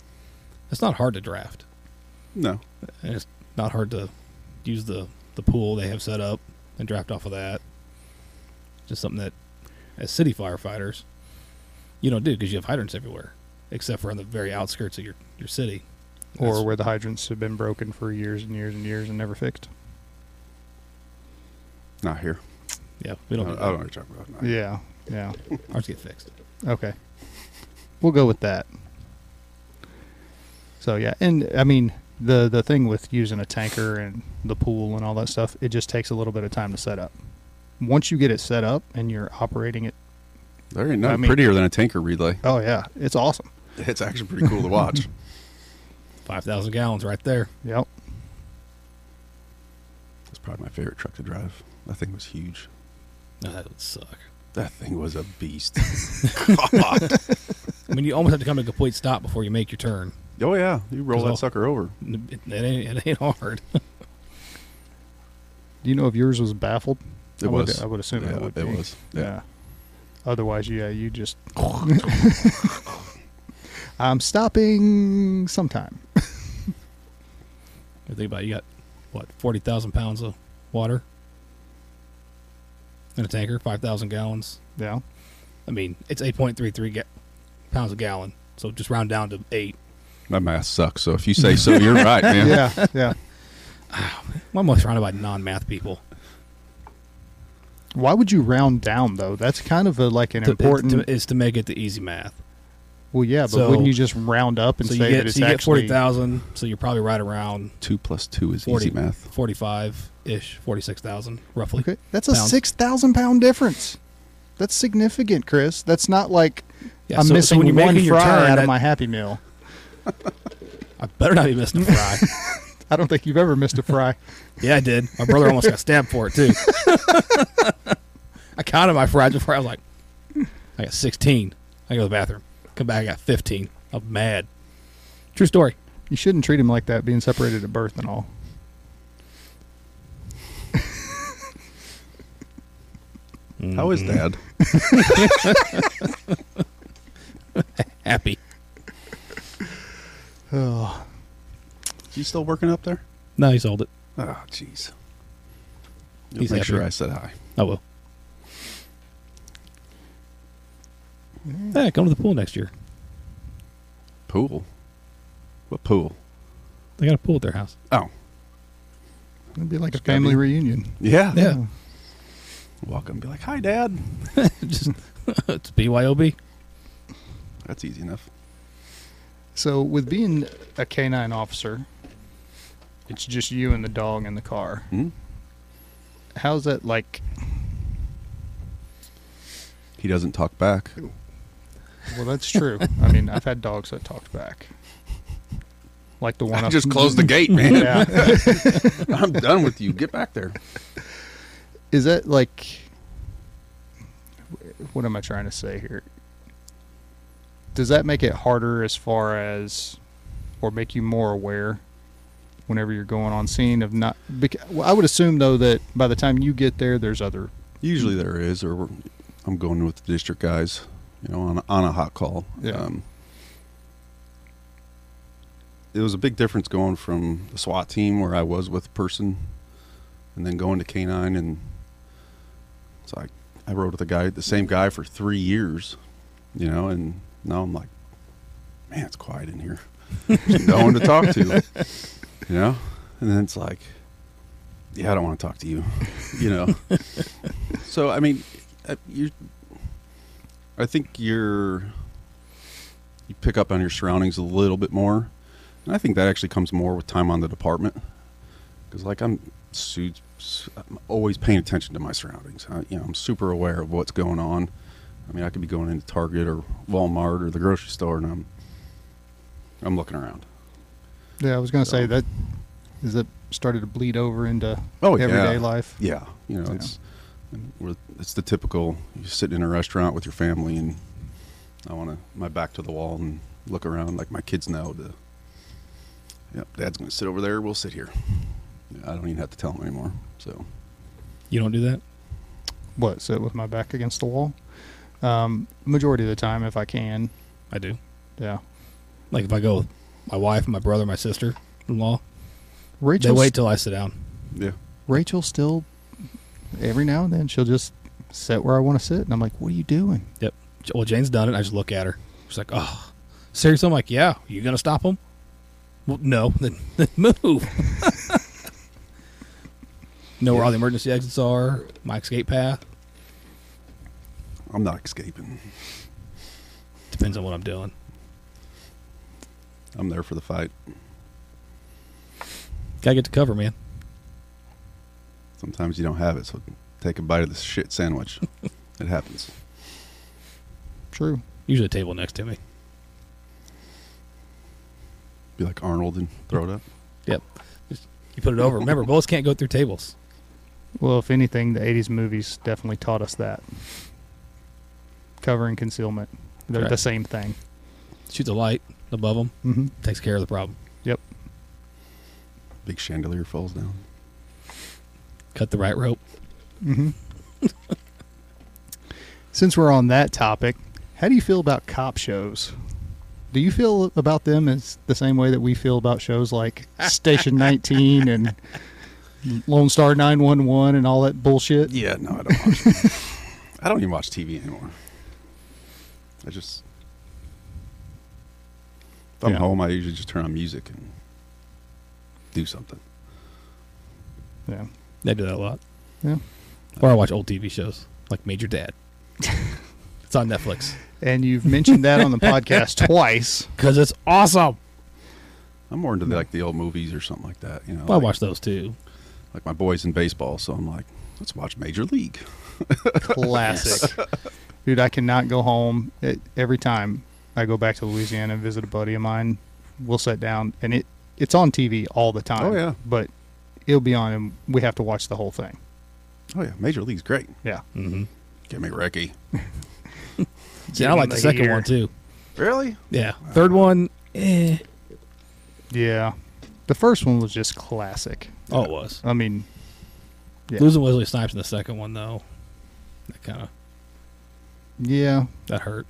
S2: it's not hard to draft,
S3: no.
S2: and it's not hard to use the the pool they have set up and draft off of that. Just something that, as city firefighters, you don't do because you have hydrants everywhere, except for on the very outskirts of your your city.
S1: Or
S2: That's-
S1: where the hydrants have been broken for years and years and years and never fixed.
S3: Not here.
S2: yeah, we
S3: I
S2: don't.
S3: don't,
S2: do
S3: I
S2: that.
S3: don't know what you're talking about. Not here.
S1: Yeah, yeah.
S2: Ours get fixed.
S1: Okay. We'll go with that. So yeah, and I mean the the thing with using a tanker and the pool and all that stuff, it just takes a little bit of time to set up. Once you get it set up and you're operating it,
S3: There ain't nothing
S1: I mean-
S3: prettier than a tanker relay.
S1: oh yeah, it's awesome.
S3: It's actually pretty cool to watch.
S2: Five thousand gallons right there.
S1: Yep.
S3: It's probably my favorite truck to drive. That thing was huge.
S2: No, that would suck.
S3: That thing was a beast. God.
S2: I mean, you almost have to come to a complete stop before you make your turn.
S3: Oh yeah, you roll
S2: Well-
S3: that sucker over.
S2: It, it ain't, it ain't hard.
S1: Do you know if yours was baffled?
S3: It
S1: I would-
S3: was.
S1: I would assume
S3: Yeah,
S1: it would.
S3: it
S1: be.
S3: was. Yeah.
S1: Otherwise, yeah, you just. I'm stopping sometime.
S2: If you think about it, you got what forty thousand pounds of water in a tanker, five thousand gallons.
S1: Yeah.
S2: I mean, it's eight point three three ga- pounds a gallon. So just round down to eight.
S3: That math sucks. So if you say so, you're right, man.
S1: Yeah. Yeah.
S2: I'm almost surrounded by non-math people.
S1: Why would you round down though? That's kind of a, like an
S2: To-
S1: important.
S2: to- is to make it the easy math.
S1: well, yeah, but
S2: so-
S1: wouldn't you just round up and
S2: So
S1: say
S2: you
S1: that
S2: get
S1: it's
S2: so you get
S1: actually
S2: forty thousand. So you're probably right around
S3: Two plus two is
S2: 40,
S3: easy math.
S2: 45 ish, forty six thousand roughly.
S1: Okay, that's a
S2: pounds.
S1: six thousand pound difference. That's significant, Chris. That's not like
S2: Yeah,
S1: I'm
S2: so- so
S1: missing
S2: when you're
S1: one
S2: making your
S1: fry
S2: turn,
S1: out of
S2: that-
S1: my Happy Meal.
S2: I better not be missing a fry.
S1: I don't think you've ever missed a fry.
S2: yeah, I did. My brother almost got stabbed for it too. I counted my fries before I was like, I got sixteen. I go to the bathroom, come back, I got fifteen. I'm mad. True story.
S1: you shouldn't treat him like that, being separated at birth and all.
S2: Mm.
S3: How
S1: Mm-hmm.
S3: is dad?
S2: Happy.
S1: Oh,
S3: You still working up there?
S2: No, he sold it.
S3: Oh, jeez. You'll
S2: He's
S3: make sure
S2: happy.
S3: I said hi.
S2: I will. Hey, come to the pool next year.
S3: Pool. What pool?
S2: They got a pool at their house.
S3: Oh,
S1: it'd be like
S3: It's
S1: a
S3: gotta
S1: family
S3: be-
S1: reunion.
S3: yeah.
S2: Yeah.
S3: Walk up and be like, "Hi, Dad."
S2: Just it's BYOB.
S3: That's easy enough.
S1: So with being a canine officer, it's just you and the dog in the car.
S3: Hmm?
S1: How's that like?
S3: He doesn't talk back.
S1: Well, that's true. I mean, I've had dogs that talked back, like the one
S3: I
S1: up-
S3: just closed the gate, man.
S1: Yeah.
S3: I'm done with you. Get back there.
S1: is that like what am i trying to say here does that make it harder as far as or make you more aware whenever you're going on scene of not bec- well, i would assume though that by the time you get there there's other
S3: Usually there is, or we're- I'm going with the district guys. You know, on a, on a hot call. Um,
S1: Yeah.
S3: it was a big difference going from the SWAT team where I was with a person, and then going to canine, and so I I rode with a guy, the same guy for three years, you know, and now I'm like, man, it's quiet in here. There's no one to talk to, you know, and then it's like, yeah, I don't want to talk to you, you know. so I mean, uh, you, I think you're, you pick up on your surroundings a little bit more, and I think that actually comes more with time on the department, because like I'm, su- su- I'm always paying attention to my surroundings. I, you know, I'm super aware of what's going on. I mean, I could be going into Target or Walmart or the grocery store, and I'm, I'm looking around.
S1: yeah i was going to say
S3: So-
S1: that is it started to bleed over into
S3: Oh, yeah.
S1: everyday life
S3: Yeah, you know,
S1: Yeah.
S3: it's and we're, it's the typical. You sit in a restaurant with your family, and I want to my back to the wall and look around like my kids know. To, yep, Dad's going to sit over there. We'll sit here. Yeah, I don't even have to tell him anymore. So
S2: You don't do that?
S1: what sit with my back against the wall um, majority of the time if i can
S2: I do.
S1: yeah
S2: Like if I go with my wife, my brother, my sister in law, they
S1: rachel
S2: wait till I sit down.
S3: yeah,
S1: Rachel still every now and then she'll just sit where I want to sit, and I'm like, "What are you doing?"
S2: Yep. J- Well, Jane's done it. I just look at her. She's like, "Oh, seriously?" I'm like, "Yeah." You gonna stop them? Well, no. Then, then move. know where all the emergency exits are. My escape path
S3: I'm not escaping.
S2: depends on what I'm doing.
S3: I'm there for the fight.
S2: Gotta get to cover, man.
S3: Sometimes you don't have it, so take a bite of this shit sandwich. it happens.
S1: True.
S2: Usually a table next to me.
S3: Be like Arnold and throw it up.
S2: You put it over. Remember, bullets can't go through tables.
S1: Well, if anything, the 80s movies definitely taught us that. Cover and concealment. They're the
S2: Correct.
S1: same thing.
S2: Shoot the light above them.
S1: Mm-hmm.
S2: Takes care of the problem.
S3: Big chandelier falls down.
S2: Cut the right rope.
S1: Mm-hmm. Since we're on that topic, how do you feel about cop shows? Do you feel about them as the same way that we feel about shows like Station 19 and Lone Star 911 and all that bullshit?
S3: Yeah, no, I don't watch. I don't even watch TV anymore. I just if I'm
S1: Yeah.
S3: home, I usually just turn on music and do something.
S1: Yeah.
S2: They do that a lot.
S1: Yeah.
S2: Or I watch old TV shows like Major Dad. it's on Netflix
S1: And you've mentioned that on the podcast twice.
S2: because it's awesome.
S3: I'm more into the, like the old movies or something like that. You know,
S2: Well, Oh, I
S3: like,
S2: watch those too.
S3: like my boys in baseball, so I'm like, let's watch Major League.
S1: Classic. Dude, I cannot go home. It, every time I go back to Louisiana and visit a buddy of mine, we'll sit down and it it's on TV all the time.
S3: Oh, yeah.
S1: But it'll be on and we have to watch the whole thing.
S3: Oh yeah, Major League's great.
S1: Yeah.
S2: Mm-hmm.
S3: Get me Recky.
S2: See, I
S1: them
S2: like the
S1: the
S2: second
S1: ear.
S2: one too.
S3: Really?
S2: Yeah. Third one. Eh.
S1: Yeah. The first one was just classic.
S2: Oh, it was.
S1: I mean, Yeah.
S2: Losing Wesley Snipes in the second one though, that kind of
S1: yeah.
S2: that hurt.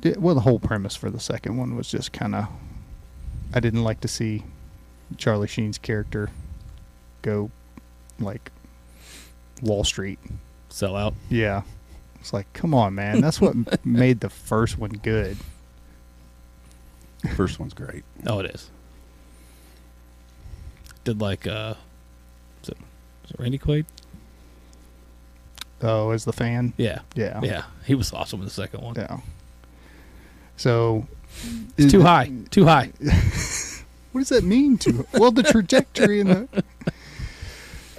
S1: D- Well, the whole premise for the second one was just kind of I didn't like to see Charlie Sheen's character go like Wall Street.
S2: Sell out.
S1: Yeah. It's like, come on, man. That's what m- made the first one good.
S3: First one's great.
S2: Oh, it is. Did like uh, is it, is it Randy Quaid?
S1: Oh, as the fan?
S2: Yeah,
S1: Yeah.
S2: yeah. He was awesome in the second one.
S1: Yeah. So.
S2: It's too high. Too high.
S1: What does that mean to? well, the trajectory and the.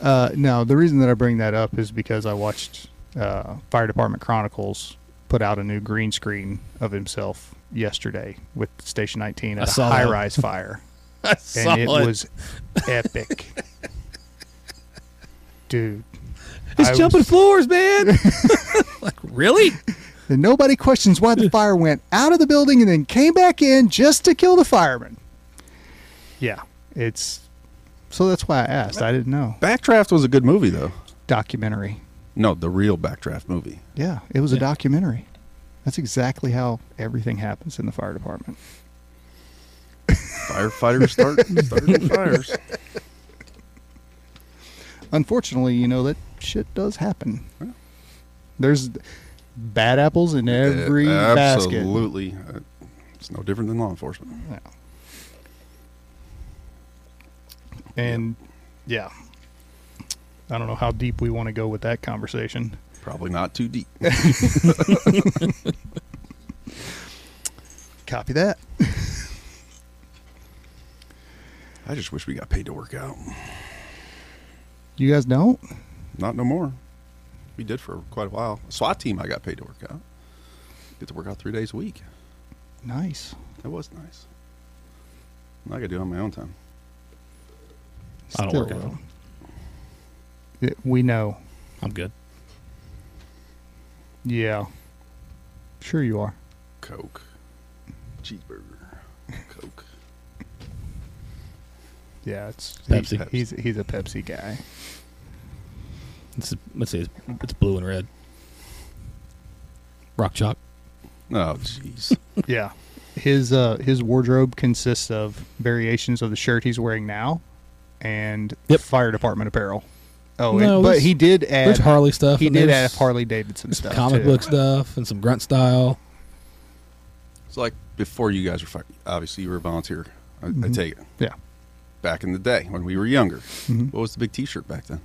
S1: Uh, no, the reason that I bring that up is because I watched uh, Fire Department Chronicles put out a new green screen of himself yesterday with Station 19
S2: I
S1: at a
S2: saw that.
S1: high rise fire.
S2: I saw
S1: and it was epic. Dude.
S2: He's
S1: I was-
S2: jumping floors, man. like really?
S1: And nobody questions why the fire went out of the building and then came back in just to kill the fireman. Yeah, it's so that's why I asked. I didn't know.
S3: Backdraft was a good movie though.
S1: Documentary.
S3: No, the real Backdraft movie.
S1: Yeah, it was a
S2: Yeah.
S1: documentary. That's exactly how everything happens in the fire department.
S3: Firefighters start starting fires.
S1: Unfortunately, you know that shit does happen.
S3: Yeah.
S1: There's bad apples in every
S3: Uh,
S1: basket.
S3: absolutely. Uh, it's no different than law enforcement.
S1: Yeah. And yeah. I don't know how deep we want to go with that conversation.
S3: Probably not too deep.
S1: Copy that.
S3: I just wish we got paid to work out.
S1: You guys don't?
S3: Not no more. We did for quite a while. SWAT team, I got paid to work out. Get to work out three days a week.
S1: Nice.
S3: That was nice. Now I got to do it on my own time.
S2: I don't work
S1: Still,
S2: out.
S1: though. It- We know.
S2: I'm good.
S1: Yeah. Sure you are.
S3: Coke, cheeseburger, Coke.
S1: Yeah, it's
S2: Pepsi.
S1: he- he's he's a Pepsi guy.
S2: It's, let's see. It's, it's blue and red. Rock chalk.
S3: Oh, jeez.
S1: yeah. His uh his wardrobe consists of variations of the shirt he's wearing now and
S2: Yep.
S1: fire department apparel. Oh,
S2: No,
S1: and- but
S2: there's-
S1: he did
S2: There's
S1: add
S2: Harley stuff.
S1: he
S2: and
S1: did add
S2: there's
S1: Harley Davidson stuff.
S2: comic
S1: too.
S2: book stuff and some grunt style.
S3: it's like before you guys were fucking. Obviously, you were a volunteer. I, I
S1: Mhm.
S3: take it.
S1: Yeah.
S3: Back in the day when we were younger,
S1: Mhm.
S3: what was the big T-shirt back then?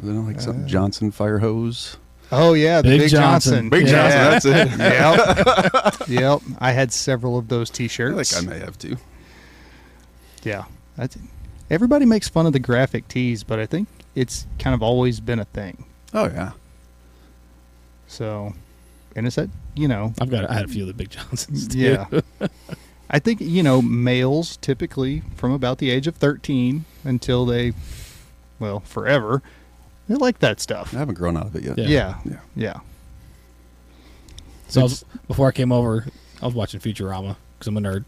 S3: Was it like something
S1: Uh,
S3: Johnson fire hose?
S1: Oh yeah, the Big,
S2: Big
S1: Johnson.
S2: Johnson.
S3: Big
S2: Yeah.
S3: Johnson, that's it.
S1: Johnson. Yep. yep. I had several of those
S3: I think
S1: T-shirts.
S3: I may have to.
S1: Yeah. That's, everybody makes fun of the graphic tees, but I think it's kind of always been a thing.
S3: Oh yeah,
S1: So, and it's that you know,
S2: I've got I had a few of the Big Johnsons. Too.
S1: yeah. I think you know males typically from about the age of thirteen until they, well, forever, they like that stuff.
S3: I haven't grown out of it yet.
S2: Yeah.
S1: Yeah,
S3: Yeah.
S1: yeah.
S2: So I was, before I came over, I was watching Futurama because I'm a nerd,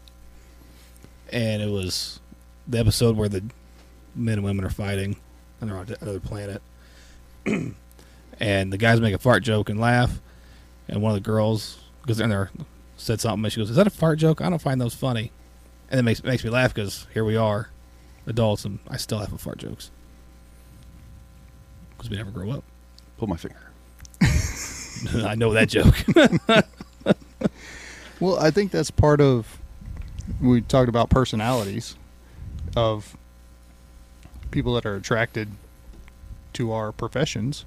S2: and it was the episode where the men and women are fighting, and they're on another planet, and the guys make a fart joke and laugh, and one of the girls goes in there, said something, and she goes, "Is that a fart joke? I don't find those funny," and it makes makes me laugh because here we are, adults, and I still have fart jokes because we never grow up.
S3: Pull my finger.
S2: I know that joke.
S1: Well, I think that's part of we talked about personalities of people that are attracted to our professions.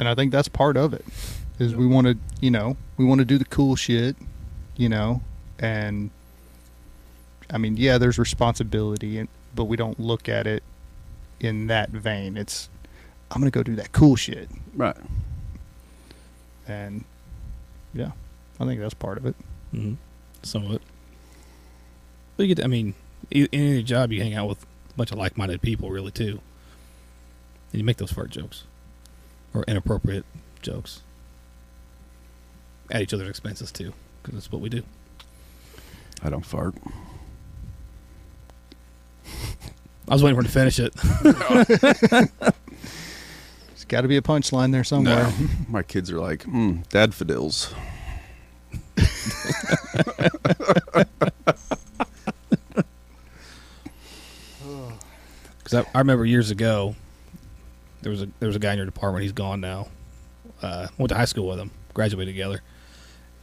S1: And I think that's part of it is we want to, you know, we want to do the cool shit, you know, and I mean, yeah, there's responsibility and but we don't look at it in that vein. It's I'm going to go do that cool shit.
S3: Right.
S1: And yeah, I think that's part of it.
S2: Mm-hmm. Somewhat. But you get, I mean, i- in any job, you hang out with a bunch of like minded people, really, too. And you make those fart jokes or inappropriate jokes at each other's expenses, too, because that's what we do.
S3: I don't fart.
S2: I was waiting for him to finish it.
S1: There's got to be a punchline there somewhere.
S3: My kids are like, mm, Dad fiddles.
S2: Because I, I remember years ago, there was a there was a guy in your department. He's gone now. Uh, went to high school with him, graduated together,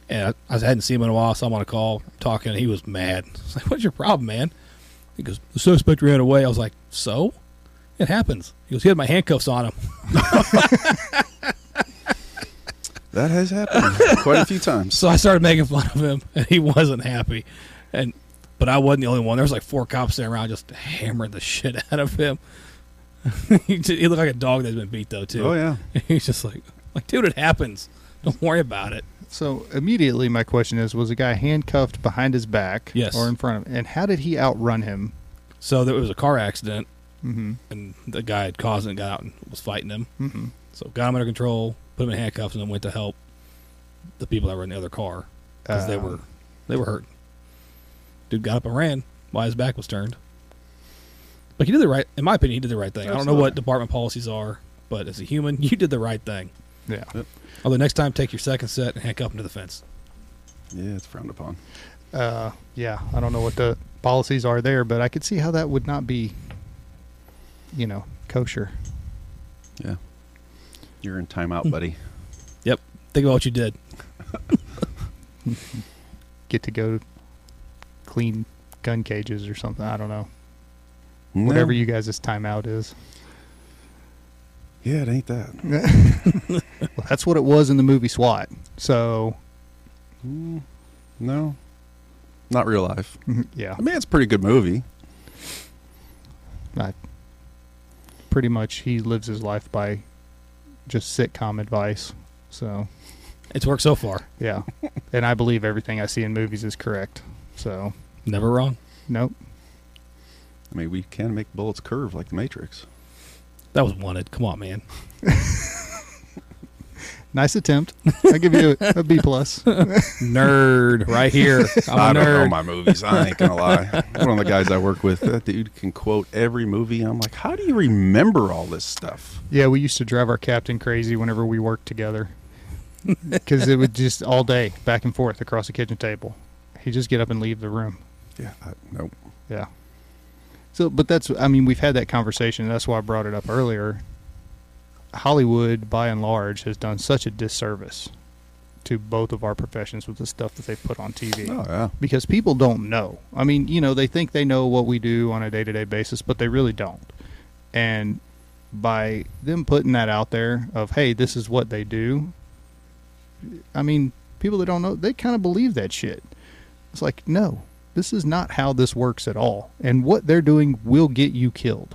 S2: and I, I hadn't seen him in a while. So I'm on a call talking. and He was mad. I was like, "What's your problem, man?" He goes, "The suspect ran away." I was like, "So, it happens." He goes, "He had my handcuffs on him."
S3: That has happened quite a few times.
S2: So I started making fun of him, and he wasn't happy. And but I wasn't the only one. There was like four cops sitting around just hammering the shit out of him. he, did- he looked like a dog that's been beat though too.
S3: Oh yeah.
S2: He's just like, like, dude, it happens. Don't worry about it.
S1: So immediately, my question is: Was the guy handcuffed behind his back,
S2: Yes.
S1: or in front of him? And how did he outrun him?
S2: So there was a car accident,
S1: Mm-hmm.
S2: and the guy had caused it and got out and was fighting him.
S1: Mm-hmm.
S2: So got him under control, put him in handcuffs, and then went to help the people that were in the other car because they
S1: Uh.
S2: were they were hurt. Dude got up and ran while his back was turned. But he did the right, in my opinion, he did the right thing. I don't know
S3: Absolutely.
S2: what department policies are, but as a human, you did the right thing.
S1: Yeah.
S2: Although next time, take your second set and handcuff him to the fence.
S3: Yeah, it's frowned upon.
S1: Uh, yeah. I don't know what the policies are there, but I could see how that would not be, you know, kosher.
S3: Yeah. You're in
S1: Hmm.
S3: timeout, buddy.
S2: Yep. Think about what you did.
S1: Get to go clean gun cages or something. I don't know.
S3: No.
S1: Whatever you guys' timeout is.
S3: Yeah, it ain't that.
S1: Well, that's what it was in the movie SWAT. So
S3: Mm, no. Not real life.
S1: yeah,
S3: I mean, it's a pretty good movie.
S1: I, pretty much he lives his life by just sitcom advice. So.
S2: It's worked so far.
S1: Yeah. and I believe everything I see in movies is correct. So,
S2: Never wrong.
S1: nope.
S3: I mean, we can make bullets curve like the Matrix.
S2: That was wanted. Come on, man.
S1: Nice attempt. I give you a, a B plus.
S2: Nerd right here.
S3: I
S2: I'm a
S3: don't know
S2: nerd.
S3: my movies. I ain't gonna lie. One of the guys I work with, that dude can quote every movie. I'm like, how do you remember all this stuff?
S1: Yeah, we used to drive our captain crazy whenever we worked together because it would just all day back and forth across the kitchen table. He'd just get up and leave the room.
S3: Yeah, I, nope.
S1: Yeah. So, but that's, I mean, we've had that conversation. That's why I brought it up earlier. Hollywood, by and large, has done such a disservice to both of our professions with the stuff that they put on TV.
S3: Oh yeah,
S1: because people don't know. I mean, you know, they think they know what we do on a day to day basis, but they really don't. And by them putting that out there of hey, this is what they do. I mean, people that don't know, they kind of believe that shit. It's like, no, this is not how this works at all. And what they're doing will get you killed.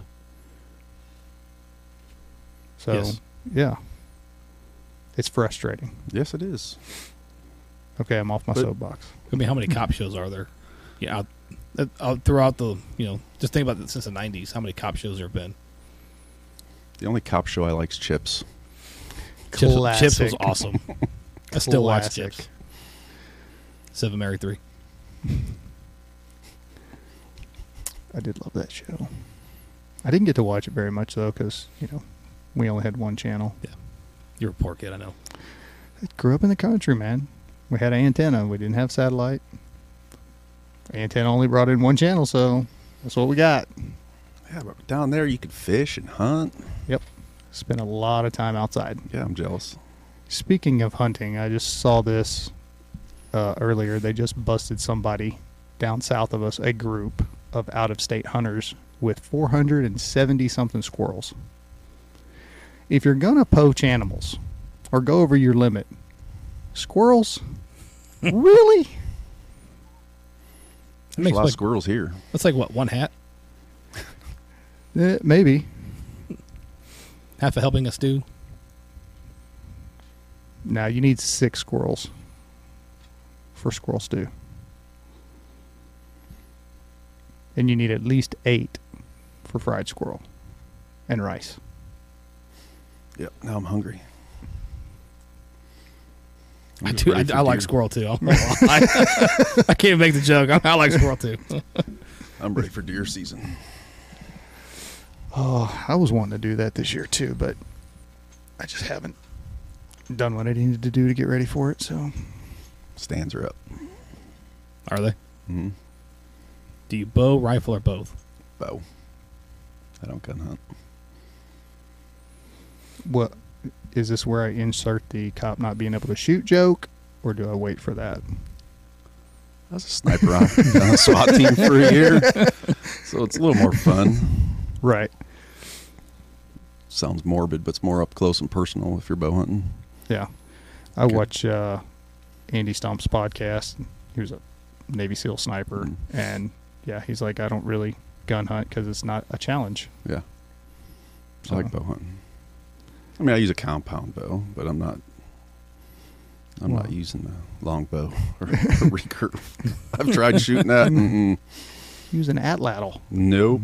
S1: So,
S2: Yes.
S1: yeah. It's frustrating.
S3: Yes, it is.
S1: Okay, I'm off my
S3: But-
S1: soapbox.
S2: I mean, how many cop shows are there? Yeah, out, that- out throughout the you know, just think about it since the '90s. How many cop shows there have been?
S3: The only cop show I like is Chips.
S2: Chips, Chips
S1: Classic.
S2: was awesome. I still watch
S1: Classic.
S2: Chips. Seven Mary Three.
S1: I did love that show. I didn't get to watch it very much though, because you know we only had one channel.
S2: You're a poor kid, I know.
S1: I grew up in the country, man. We had an antenna. We didn't have satellite. Antenna only brought in one channel, so that's what we got.
S3: Yeah, but down there you could fish and hunt.
S1: Spent a lot of time outside.
S3: Yeah, I'm jealous.
S1: Speaking of hunting, I just saw this uh, earlier. They just busted somebody down south of us, a group of out of state hunters with 470 something squirrels. If you're going to poach animals or go over your limit, squirrels? really?
S2: That
S3: There's a
S2: makes
S3: lot of
S2: like,
S3: squirrels here.
S2: that's like what one hat,
S1: Eh, maybe.
S2: half a helping of stew.
S1: Now you need six squirrels for squirrel stew. And you need at least eight for fried squirrel and rice.
S3: Yep. Now I'm hungry.
S2: I
S3: I'm
S2: do. I,
S3: ready for
S2: I like
S3: deer.
S2: squirrel too. I'm- I, I can't make the joke. I, I like squirrel too.
S3: I'm ready for deer season.
S1: Oh, I was wanting to do that this year too, but I just haven't done what I needed to do to get ready for it. So
S3: Stands are up.
S2: Are they?
S3: Mm-hmm.
S2: Do you bow, rifle, or both?
S3: Bow. I don't gun hunt.
S1: what is this where I insert the cop not being able to shoot joke or do I wait for that?
S3: I was a sniper on on a SWAT team for a year, so it's a little more fun.
S1: Right.
S3: Sounds morbid, but it's more up close and personal if you're bow hunting.
S1: Yeah. I
S3: Okay.
S1: watch uh, Andy Stomp's podcast. He was a Navy SEAL sniper.
S3: Mm.
S1: And yeah, he's like, I don't really gun hunt because it's not a challenge.
S3: Yeah,
S1: So,
S3: I like
S1: Uh-huh.
S3: bow hunting. I mean, I use a compound bow, but I'm not. I'm not
S1: Wow.
S3: using the long bow or a recurve. I've tried shooting that. Mm-mm.
S1: Use an atlatl.
S3: Nope.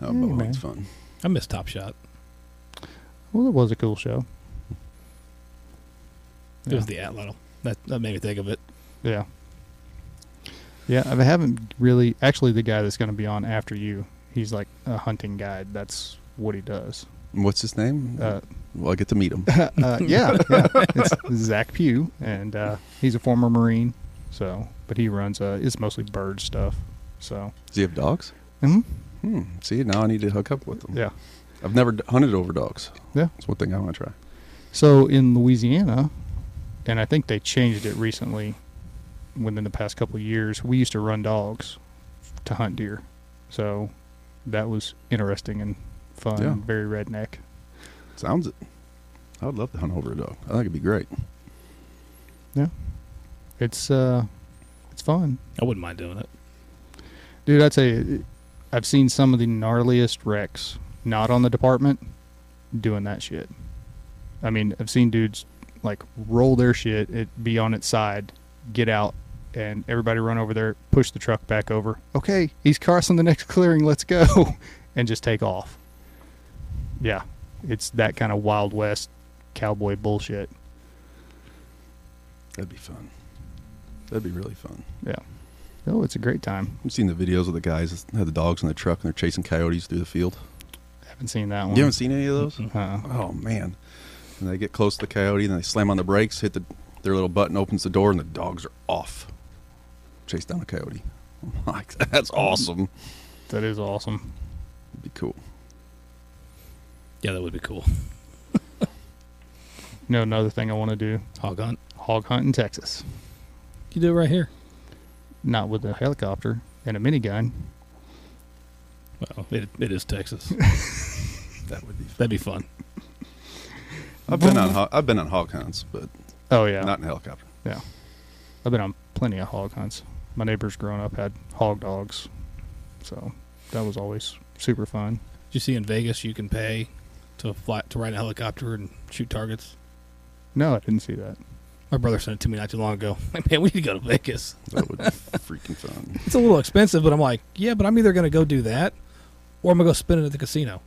S3: No,
S1: Hey,
S3: bow
S1: Hmm, man.
S3: hunting's fun.
S2: I miss Top Shot.
S1: Well, it was a cool show.
S2: It was the Atlatl. That that made me think of it.
S1: Yeah. Yeah, I haven't really. Actually, the guy that's going to be on after you, he's like a hunting guide. That's what he does.
S3: What's his name?
S1: Uh,
S3: well, I get to meet him.
S1: uh, yeah, yeah. It's Zach Pugh, and uh, he's a former Marine. So, but he runs. Uh, it's mostly bird stuff. So,
S3: Does he have dogs?
S1: mhm,
S3: Hmm. See, now I need to hook up with him.
S1: yeah,
S3: I've never d- hunted over dogs.
S1: yeah.
S3: That's one thing I want to try.
S1: So in Louisiana, and I think they changed it recently, within the past couple of years, we used to run dogs to hunt deer. So that was interesting and fun.
S3: Yeah.
S1: Very redneck.
S3: Sounds it. I would love to hunt over a dog. I think it'd be great.
S1: It's uh, it's fun.
S2: I wouldn't mind doing it.
S1: Dude, I'd say it- I've seen some of the gnarliest wrecks not on the department doing that shit. I mean, I've seen dudes like roll their shit, it be on its side, get out, and everybody run over there, push the truck back over. Okay, he's crossing the next clearing, let's go, and just take off. Yeah, it's that kind of Wild West cowboy bullshit.
S3: That'd be fun. That'd be really fun.
S1: Yeah. Oh, it's a great time.
S3: I've seen the videos of the guys that had the dogs in the truck and they're chasing coyotes through the field.
S1: Haven't seen that one.
S3: You haven't seen any of those?
S1: Uh,
S3: Oh man! And they get close to the coyote and they slam on the brakes, hit the their little button, opens the door, and the dogs are off. Chase down a coyote. I'm like, that's awesome.
S1: that is awesome.
S3: It'd be cool.
S2: Yeah, that would be cool.
S1: You know, another thing I want to do
S2: Hog hunt.
S1: hog hunt in Texas.
S2: You do it right here.
S1: Not with a helicopter and a minigun.
S2: Well, it, it is Texas.
S3: That would be. Fun.
S2: That'd be fun.
S3: I've been on ho- I've been on hog hunts, but
S1: Oh yeah,
S3: not in a helicopter.
S1: yeah. I've been on plenty of hog hunts. My neighbors growing up had hog dogs, so that was always super fun.
S2: Did you see in Vegas you can pay to fly to ride a helicopter and shoot targets?
S1: No, I didn't see that.
S2: My brother sent it to me not too long ago. Like, man, we need to go to Vegas.
S3: That would be freaking fun.
S2: It's a little expensive, but I'm like, yeah, but I'm either gonna go do that or I'm gonna go spend it at the casino.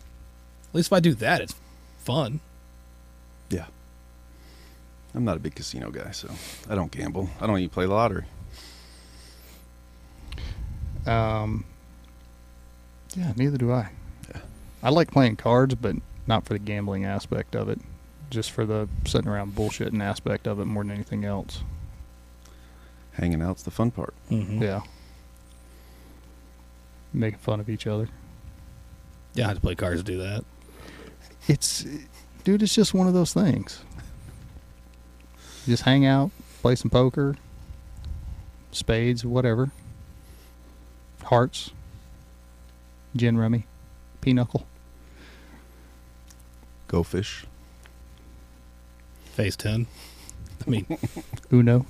S2: At least if I do that, it's fun.
S3: Yeah. I'm not a big casino guy, so I don't gamble. I don't even play the lottery.
S1: Um, yeah, neither do I. I like playing cards, but not for the gambling aspect of it. Just for the sitting around bullshitting aspect of it more than anything else.
S3: Hanging out's the fun part.
S2: Mm-hmm.
S1: Yeah. Making fun of each other.
S2: yeah, I had to play cards to do that.
S1: It's, dude, it's just one of those things. Just hang out, play some poker, spades, whatever, hearts, gin rummy, pinochle.
S3: Go fish.
S2: Phase ten. I mean,
S1: Uno.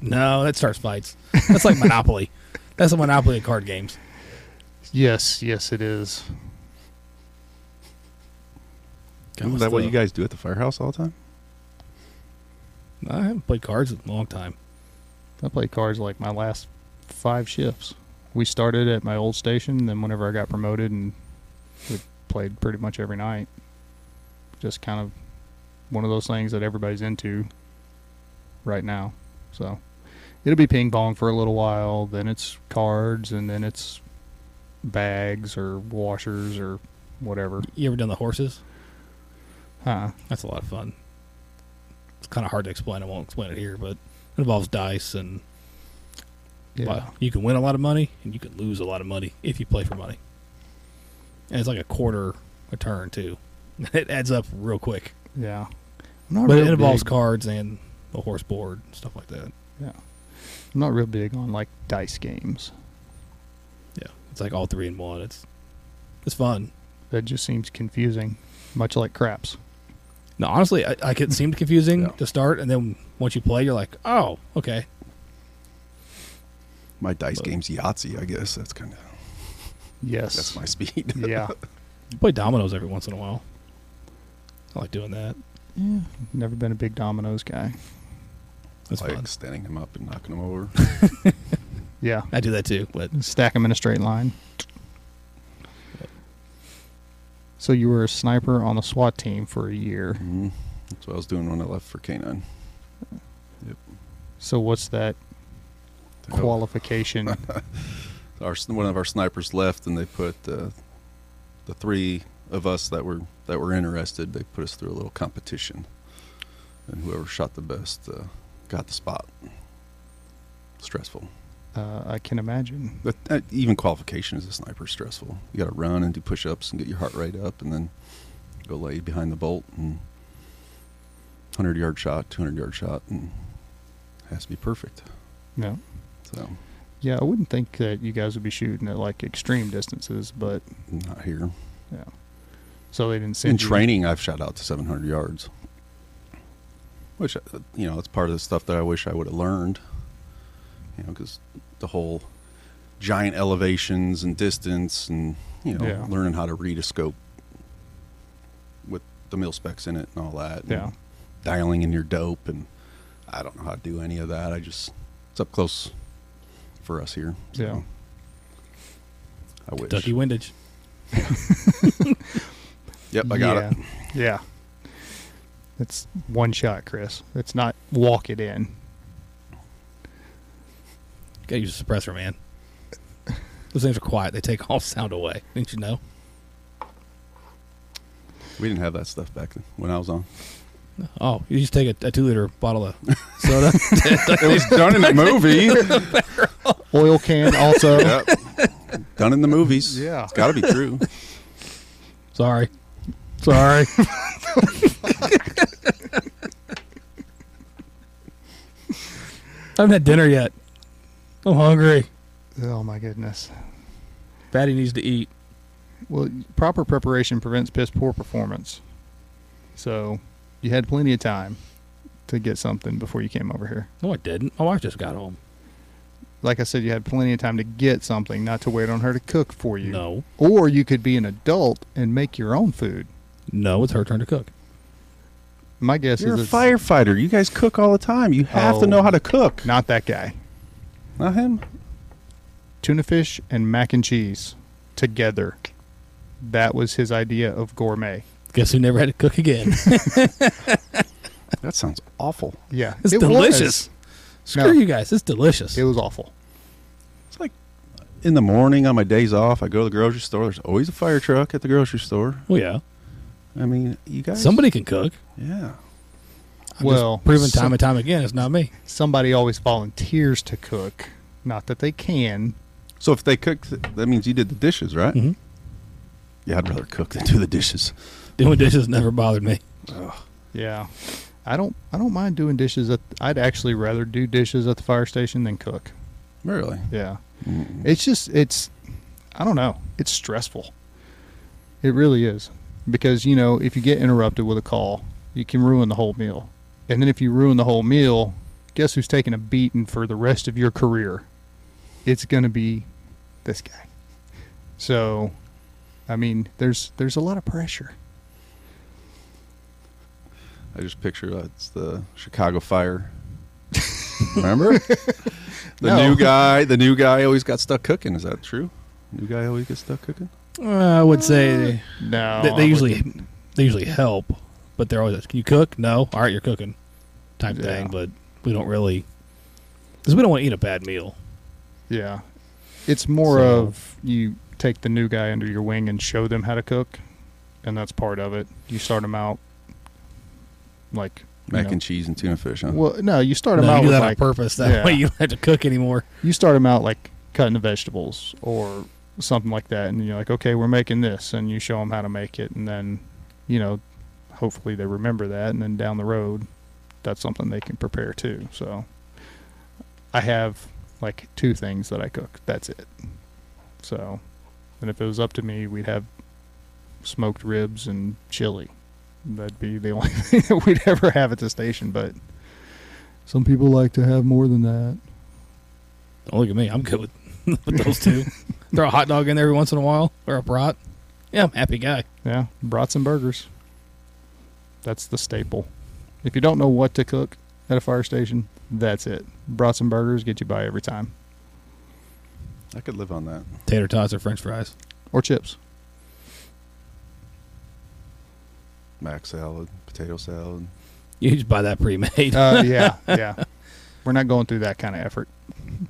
S2: no, that starts fights. That's like Monopoly. That's a Monopoly of card games.
S1: Yes, yes, it is.
S2: God,
S3: Is
S2: what's
S3: that what
S2: the-
S3: you guys do at the firehouse all the time?
S2: I haven't played cards in a long time.
S1: I played cards like my last five shifts. We started at my old station, then whenever I got promoted, and we played pretty much every night. Just kind of one of those things that everybody's into right now. So it'll be ping pong for a little while, then it's cards, and then it's bags or washers or whatever.
S2: You ever done the horses?
S1: Huh?
S2: That's a lot of fun. It's kind of hard to explain. I won't explain it here, but it involves dice and
S1: Yeah.
S2: Well, you can win a lot of money and you can lose a lot of money if you play for money. And it's like a quarter a turn too. It adds up real quick.
S1: Yeah. I'm not
S2: But
S1: real
S2: it involves
S1: big-
S2: cards and a horse board and stuff like that.
S1: Yeah. I'm not real big on like dice games.
S2: Yeah. It's like all three in one. It's it's fun.
S1: That just seems confusing, much like craps.
S2: No, honestly, I, I it seemed confusing
S3: Yeah.
S2: to start, and then once you play, you're like, oh, okay.
S3: My dice
S2: But-
S3: game's Yahtzee, I guess. That's kind of
S1: Yes.
S3: that's my speed.
S1: yeah.
S2: I play dominoes every once in a while. I like doing that.
S1: yeah. Never been a big dominoes guy.
S2: It's
S3: like
S2: fun.
S3: standing them up and knocking them over.
S1: Yeah.
S2: I do that too, but
S1: Stack them in a straight line. So you were a sniper on the SWAT team for a year.
S3: Mhm. That's what I was doing when I left for K9.
S1: So what's that qualification?
S3: our one of our snipers left, and they put uh, the three of us that were that were interested. They put us through a little competition, and whoever shot the best uh, got the spot. Stressful.
S1: uh, I can imagine.
S3: But uh, even qualification as a sniper is stressful. You got to run and do push-ups and get your heart rate up, and then go lay behind the bolt and hundred yard shot, two hundred yard shot, and it has to be perfect.
S1: No.
S3: So
S1: Yeah, I wouldn't think that you guys would be shooting at like extreme distances, but
S3: not here.
S1: yeah. So they didn't send
S3: In
S1: you-
S3: training, I've shot out to 700 yards, which uh, you know it's part of the stuff that I wish I would have learned. You know, because the whole giant elevations and distance, and you know,
S1: Yeah.
S3: learning how to read a scope with the mil specs in it and all that. and
S1: Yeah.
S3: dialing in your dope, and I don't know how to do any of that. I just it's up close for us here. so
S1: Yeah.
S3: I wish.
S2: Kentucky Windage.
S3: Yep, I got
S1: yeah.
S3: it.
S1: Yeah. It's one shot, Chris. It's not walk it in.
S2: Gotta use a suppressor, man. Those things are quiet. They take all sound away. Didn't you know?
S3: We didn't have that stuff back then when I was on.
S2: Oh, you just take a, a two liter bottle of soda.
S3: It was done in a movie.
S1: Oil can also.
S3: yep. Done in the movies.
S1: Yeah.
S3: It's got to be true.
S2: Sorry. Sorry. I haven't had dinner yet. I'm hungry.
S1: Oh my goodness.
S2: Patty needs to eat.
S1: Well, proper preparation prevents piss poor performance. So you had plenty of time to get something before you came over here.
S2: No, I didn't. My wife just got home.
S1: Like I said, you had plenty of time to get something, not to wait on her to cook for you.
S2: No,
S1: Or you could be an adult and make your own food.
S2: no, it's her turn to cook.
S1: My guess
S3: You're a
S1: is it's
S3: firefighter. You guys cook all the time. You have
S1: Oh.
S3: to know how to cook.
S1: not that guy.
S3: Not him.
S1: Tuna fish and mac and cheese together. That was his idea of gourmet.
S2: Guess who never had to cook again?
S3: That sounds awful.
S1: Yeah,
S2: It's
S1: it
S2: delicious. Screw
S1: No.
S2: you guys. It's delicious.
S1: Was, it was awful.
S3: It's like in the morning on my days off, I go to the grocery store. There's always a fire truck at the grocery store.
S2: well, yeah.
S3: I mean, you guys.
S2: Somebody can cook.
S3: Yeah.
S2: I've
S1: Well,
S2: just proven
S1: some-
S2: time and time again, it's not me.
S1: Somebody always volunteers to cook. Not that they can.
S3: So if they cook, th- that means you did the dishes, right?
S2: Mhm.
S3: Yeah, I'd rather cook than do the dishes.
S2: Doing dishes never bothered me.
S1: Yeah, I don't. I don't mind doing dishes. At, I'd actually rather do dishes at the fire station than cook.
S3: Really?
S1: Yeah,
S3: Mm.
S1: it's just it's. I don't know. It's stressful. It really is, because you know if you get interrupted with a call, you can ruin the whole meal, and then if you ruin the whole meal, guess who's taking a beating for the rest of your career? It's gonna be this guy. So, I mean, there's there's a lot of pressure.
S3: I just picture that's the Chicago Fire. Remember? the
S1: No.
S3: new guy. The new guy always got stuck cooking. Is that true? New guy always gets stuck cooking.
S2: Uh, I would say they,
S1: No,
S2: they,
S1: Oh, I
S2: they usually
S1: wouldn't.
S2: they usually help, but they're always like, "Can you cook?" No, all right, you're cooking, type
S1: Yeah.
S2: thing. But we don't really because we don't want to eat a bad meal.
S1: Yeah. It's more
S2: So-
S1: of you take the new guy under your wing and show them how to cook, and that's part of it. You start them out like you
S3: Mac
S1: know-
S3: and cheese and tuna fish. Huh?
S1: Well, no, you start
S2: No,
S1: them
S2: you
S1: out
S2: do
S1: with
S2: that on
S1: like
S2: purpose. That
S1: yeah.
S2: way you don't have to cook anymore.
S1: you start them out like cutting the vegetables or something like that, and you're like, okay, we're making this, and you show them how to make it, and then you know, hopefully they remember that, and then down the road, that's something they can prepare too. So, I have like two things that I cook. That's it. So, and if it was up to me, we'd have smoked ribs and chili. That'd be the only thing that we'd ever have at the station. But some people like to have more than that.
S2: Don't look at me. I'm good with, with those two. Throw a hot dog in there every once in a while or a brat. Yeah, I'm a happy guy.
S1: Yeah, brats and burgers. That's the staple. If you don't know what to cook at a fire station, that's it. Brats and burgers get you by every time,
S3: I could live on that.
S2: Tater tots or French fries.
S1: or chips.
S3: Mac salad, potato salad.
S2: You just buy that pre-made.
S1: Uh, yeah, yeah. We're not going through that kind of effort.
S3: You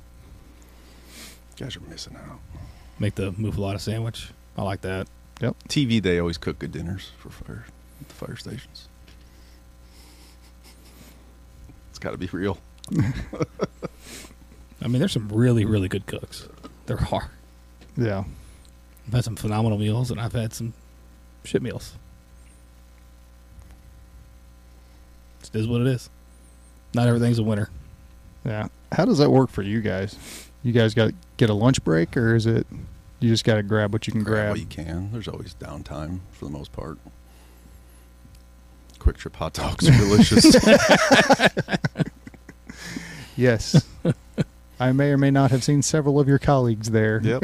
S3: guys are missing out.
S2: Make the muffalata sandwich. I like that.
S3: TV they always cook good dinners for fire at the fire stations. It's got to be real.
S2: I mean, there's some really, really good cooks. There are.
S1: Yeah,
S2: I've had some phenomenal meals, and I've had some shit meals. It is what it is. Not everything's a winner.
S1: yeah. How does that work for you guys? You guys got get a lunch break, or is it you just got to grab what you can grab?
S3: what you can. There's always downtime for the most part. Quick trip hot dogs are delicious.
S1: Yes. I may or may not have seen several of your colleagues there.
S3: yep.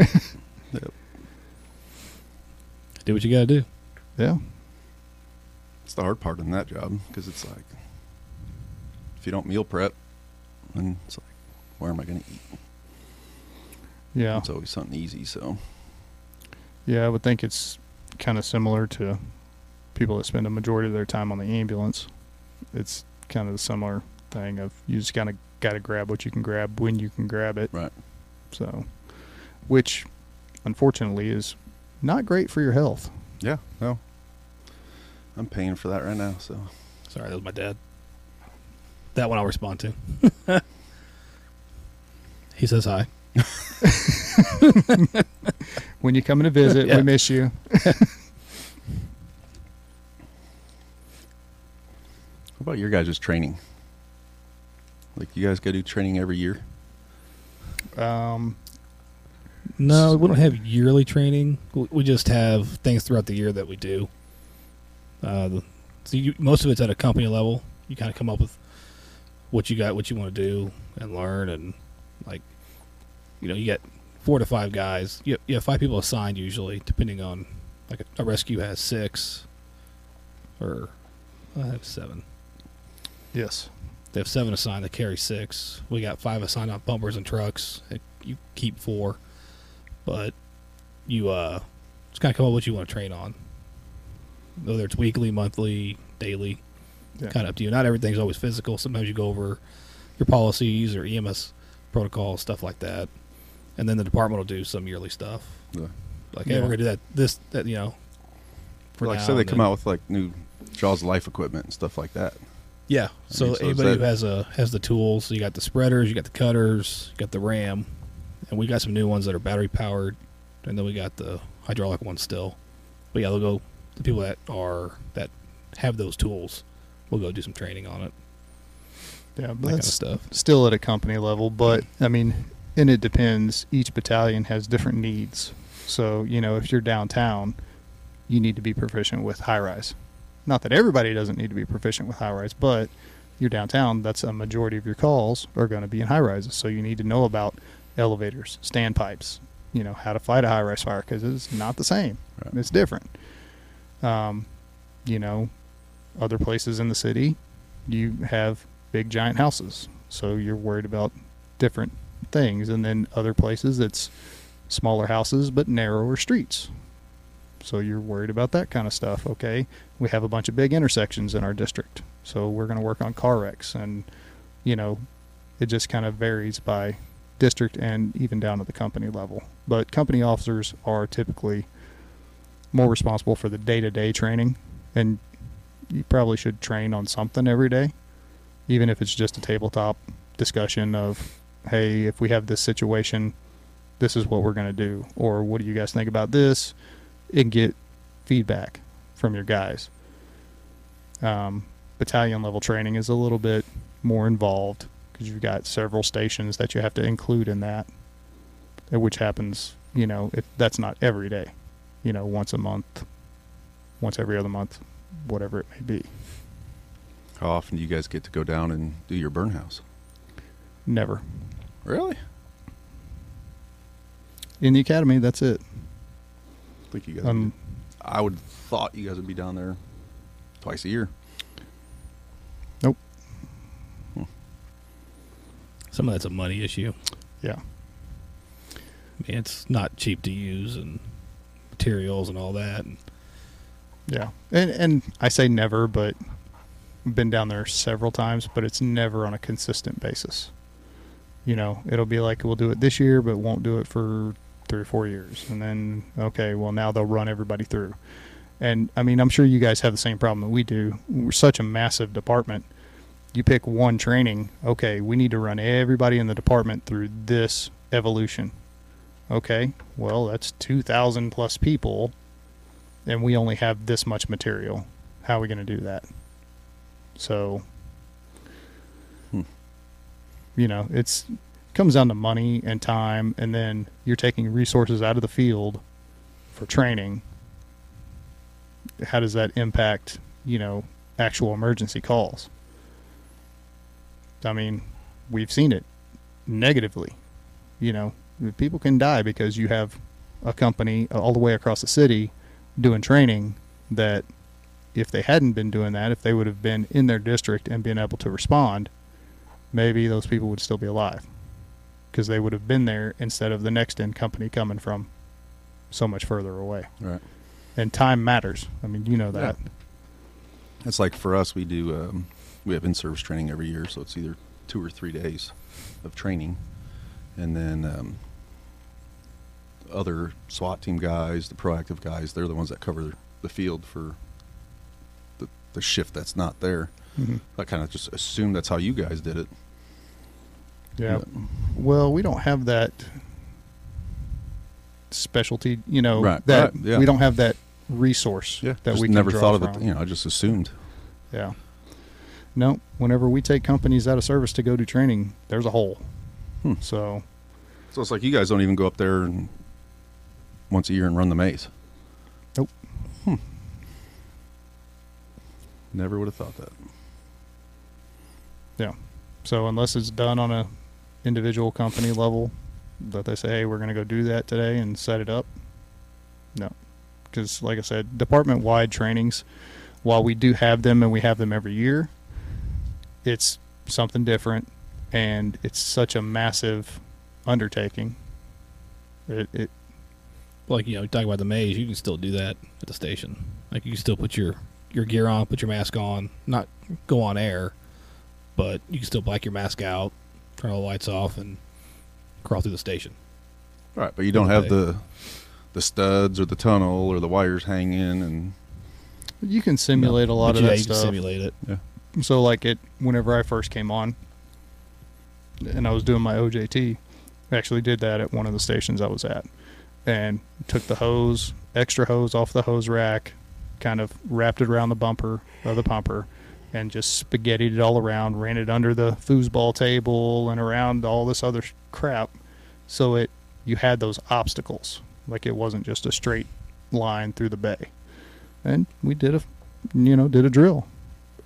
S2: Do what you gotta do.
S1: Yeah.
S3: It's the hard part in that job because it's like if you don't meal prep, then it's like where am I going to eat?
S1: Yeah.
S3: It's always something easy. So
S1: Yeah, I would think it's kind of similar to people that spend a majority of their time on the ambulance. It's kind of a similar thing of you just kind of got to grab what you can grab when you can grab it.
S3: Right.
S1: So, which unfortunately is not great for your health.
S3: yeah, no, I'm paying for that right now. So
S2: Sorry, that was my dad. That one I'll respond to. he says hi.
S1: When you come in to visit,
S2: Yeah.
S1: we miss you.
S3: How about your guys' training? Like you guys go do training every year?
S1: Um,
S2: No, we don't have yearly training. We we just have things throughout the year that we do. Uh, the, so you, most of it's at a company level. You kind of come up with what you got, what you want to do, and learn, and like, you know, you get four to five guys. You have, you have five people assigned usually, depending on like a, a rescue has six, or I have seven.
S1: Yes.
S2: They have seven assigned that carry six. We got five assigned on bumpers and trucks. You keep four, but you uh, just kind of come up with what you want to train on. Whether it's weekly, monthly, daily,
S1: Yeah.
S2: kind of up to you. Not everything's always physical. Sometimes you go over your policies or EMS protocols, stuff like that, and then the department will do some yearly stuff.
S3: Yeah.
S2: Like, hey,
S1: Yeah.
S2: we're gonna do that. This, that, you know. for
S3: like I
S2: now
S3: said, they
S2: and
S3: come
S2: then-
S3: out with like new Jaws life equipment and stuff like that.
S2: Yeah. So,
S3: mean, so is
S2: anybody who
S3: that-
S2: has a has the tools, you got the spreaders, you got the cutters, you got the ram, and we got some new ones that are battery powered, and then we got the hydraulic ones still. But yeah, they'll go. The people that are that have those tools, will go do some training on it,
S1: Yeah,
S2: that
S1: but
S2: kind of
S1: that's
S2: stuff.
S1: still at a company level, but I mean, and it depends. Each battalion has different needs. So, you know, if you're downtown, you need to be proficient with high rise. Not that everybody doesn't need to be proficient with high rise, but you're downtown, that's a majority of your calls are going to be in high rises. So you need to know about elevators, standpipes, you know, how to fight a high rise fire because it's not the same.
S3: Right.
S1: It's different. Um, you know, other places in the city, you have big giant houses. So you're worried about different things. And then other places, it's smaller houses but narrower streets. So you're worried about that kind of stuff. Okay, we have a bunch of big intersections in our district. So we're going to work on car wrecks. And, you know, it just kind of varies by district and even down to the company level. But company officers are typically more responsible for the day to day training. And you probably should train on something every day, even if it's just a tabletop discussion of, hey, if we have this situation, this is what we're going to do, or what do you guys think about this, and get feedback from your guys. Um, battalion level training is a little bit more involved because you've got several stations that you have to include in that, uh, which happens, you know, if that's not every day, you know, once a month, once every other month, whatever it may be.
S3: How often do you guys get to go down and do your burn house?
S1: Never.
S3: Really?
S1: In the academy, that's it.
S3: I think you guys.
S1: Um,
S3: I would thought you guys would be down there twice a year.
S2: Some of that's a money issue.
S1: yeah.
S2: I mean, it's not cheap to use and materials and all that. And
S1: Yeah, and and I say never, but I've been down there several times, but it's never on a consistent basis. You know, it'll be like we'll do it this year, but won't do it for three or four years, and then okay, well now they'll run everybody through. And I mean, I'm sure you guys have the same problem that we do. We're such a massive department. You pick one training, okay, we need to run everybody in the department through this evolution. Okay, well, that's 2,000 plus people and we only have this much material. How are we going to do that? So,
S3: Hmm.
S1: you know, it's comes down to money and time, and then you're taking resources out of the field for training. How does that impact, you know, actual emergency calls? I mean, we've seen it negatively. You know, people can die because you have a company all the way across the city doing training that if they hadn't been doing that, if they would have been in their district and been able to respond, maybe those people would still be alive because they would have been there instead of the next in company coming from so much further away.
S3: Right.
S1: And time matters. I mean, you know that.
S3: It's like for us, we do um, we have in-service training every year, so it's either two or three days of training, and then um, other SWAT team guys, the proactive guys, they're the ones that cover the field for the, the shift that's not there.
S1: Mhm.
S3: I kind of just assume that's how you guys did it.
S1: Yeah. Well, we don't have that specialty, you know,
S3: Right,
S1: that
S3: right, yeah.
S1: we don't have that resource that
S3: just
S1: we can
S3: never
S1: draw
S3: thought of
S1: from.
S3: it. You know, I just assumed.
S1: Yeah. No, whenever we take companies out of service to go do training, there's a hole.
S3: Hmm.
S1: So
S3: So it's like you guys don't even go up there and once a year and run the maze.
S1: Nope.
S3: Hmm. Never would have thought that.
S1: So unless it's done on a individual company level, that they say, hey, we're going to go do that today and set it up. No, because like I said, department-wide trainings, while we do have them and we have them every year, it's something different, and it's such a massive undertaking. It, it
S2: Like you know, talking about the maze, you can still do that at the station. Like you can still put your your gear on, put your mask on, not go on air, but you can still black your mask out, turn all the lights off, and crawl through the station.
S3: Right, but you don't have
S2: Okay.
S3: the the studs or the tunnel or the wires hanging and
S1: you can simulate a lot
S2: But
S1: of
S2: yeah,
S1: that
S2: you
S1: stuff.
S2: can simulate it.
S1: so like it whenever I first came on and I was doing my OJT, I actually did that at one of the stations I was at and took the hose, extra hose off the hose rack, kind of wrapped it around the bumper of the pumper and just spaghettied it all around, ran it under the foosball table and around all this other sh- crap so it you had those obstacles. Like it wasn't just a straight line through the bay. And we did a you know, did a drill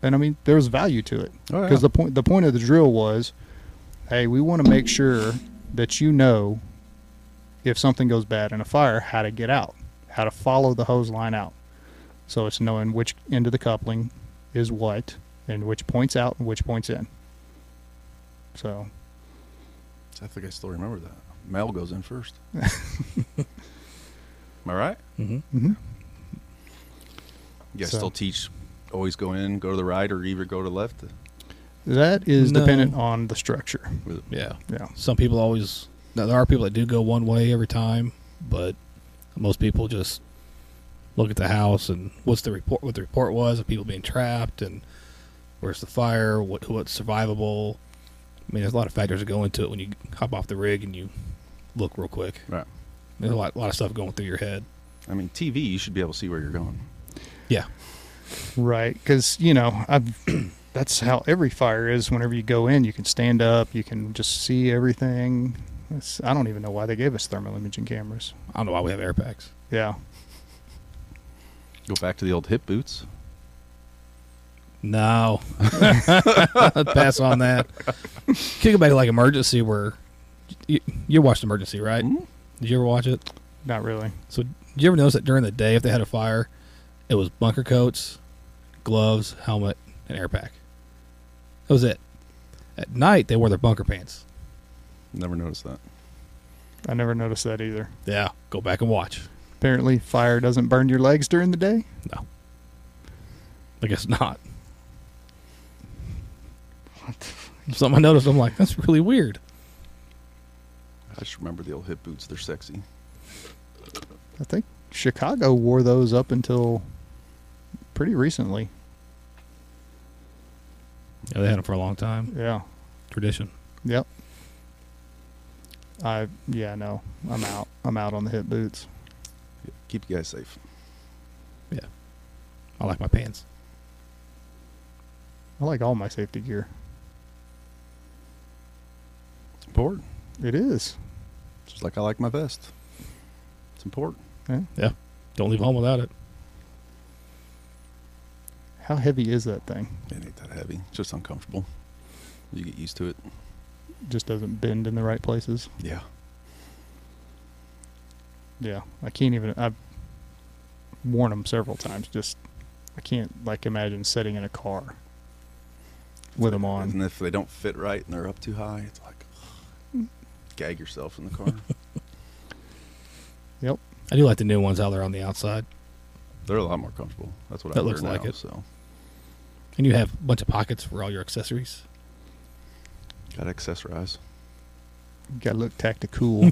S1: and I mean there was value to it
S3: Oh, yeah.
S1: because the point the point of the drill was, hey, we want to make sure that you know if something goes bad in a fire how to get out, how to follow the hose line out. So it's knowing which end of the coupling is what and which points out and which points in. So
S3: I think I still remember that. Mel goes in first. Am I right?
S2: hmm
S1: mhm.
S3: You guys
S1: So-
S3: still teach always go in, go to the right, or either go to left?
S1: that is
S2: No.
S1: dependent on the structure.
S2: Yeah.
S1: Yeah.
S2: Some people always. Now there are people that do go one way every time, but most people just look at the house and what's the report? What the report was of people being trapped and where's the fire? What what's survivable? I mean, there's a lot of factors that go into it when you hop off the rig and you look real quick.
S3: Right.
S2: There's a lot, lot of stuff going through your head.
S3: I mean, TV, you should be able to see where you're going.
S2: Yeah.
S1: Right, because you know I've. That's how every fire is. Whenever you go in, you can stand up, you can just see everything. It's, I don't even know why they gave us thermal imaging cameras.
S2: I don't know why we have air packs.
S1: Yeah,
S3: Go back to the old hip boots.
S2: No. Pass on that. Think about it like emergency where you, you watched emergency, right?
S3: Mhm.
S2: Did you ever watch it?
S1: not really.
S2: So did you ever notice that during the day if they had a fire, it was bunker coats, gloves, helmet, and air pack. That was it. At night they wore their bunker pants.
S3: Never noticed that.
S1: I never noticed that either.
S2: Yeah. Go back and watch.
S1: Apparently, fire doesn't burn your legs during the day.
S2: I guess not. Something I noticed, I'm like, that's really weird.
S3: I just remember the old hip boots. They're sexy.
S1: I think Chicago wore those up until pretty recently.
S2: Yeah, they had them for a long time.
S1: Yeah.
S2: Tradition.
S1: Yep. I yeah no I'm out I'm out on the hip boots.
S3: Yeah, Keep you guys safe.
S2: I like my pants.
S1: I like all my safety gear.
S3: It's important.
S1: It is.
S3: Just like I like my vest. It's important.
S2: Don't leave home without it.
S1: How heavy is that thing?
S3: It ain't that heavy. It's just uncomfortable. You get used to it.
S1: just doesn't bend in the right places.
S3: Yeah.
S1: Yeah, I can't even. I've worn them several times. Just I can't like imagine sitting in a car with them on.
S3: And if they don't fit right and they're up too high, it's like gag yourself in the car.
S2: I do like the new ones out there on the outside.
S3: They're a lot more comfortable. That's what
S2: That
S3: I wear
S2: looks like
S3: now,
S2: it.
S3: So
S2: And you have a bunch of pockets for all your accessories.
S3: got to accessorize.
S1: Got to look tactical. cool.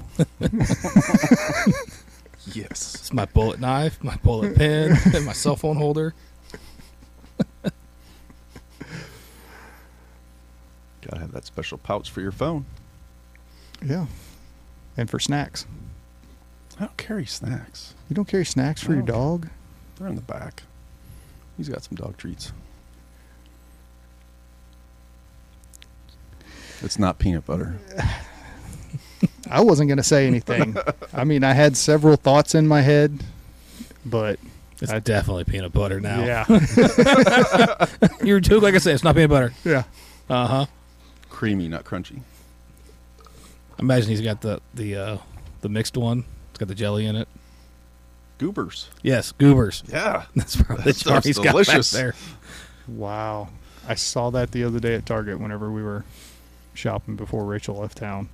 S3: Yes.
S2: It's my bullet knife, my bullet pen, and my cell phone holder.
S3: Got to have that special pouch for your phone.
S1: yeah, and for snacks,
S3: I don't carry snacks.
S1: you don't carry snacks for your
S3: No.
S1: dog.
S3: They're in the back. He's got some dog treats. It's not peanut butter.
S1: I wasn't going to say anything. I mean, I had several thoughts in my head, but
S2: It's
S1: I-
S2: definitely peanut butter now.
S1: yeah,
S2: You're too, like I said, it's not peanut butter.
S1: yeah.
S2: Uh huh.
S3: Creamy, not crunchy.
S2: Imagine he's got the the uh, the mixed one. It's got the jelly in it.
S3: Goobers.
S2: Yes, goobers.
S3: Yeah.
S2: That's probably
S3: That
S2: the jar
S3: stuff's
S2: he's got back
S3: delicious.
S2: there.
S1: Wow, I saw that the other day at Target whenever we were shopping before Rachel left town.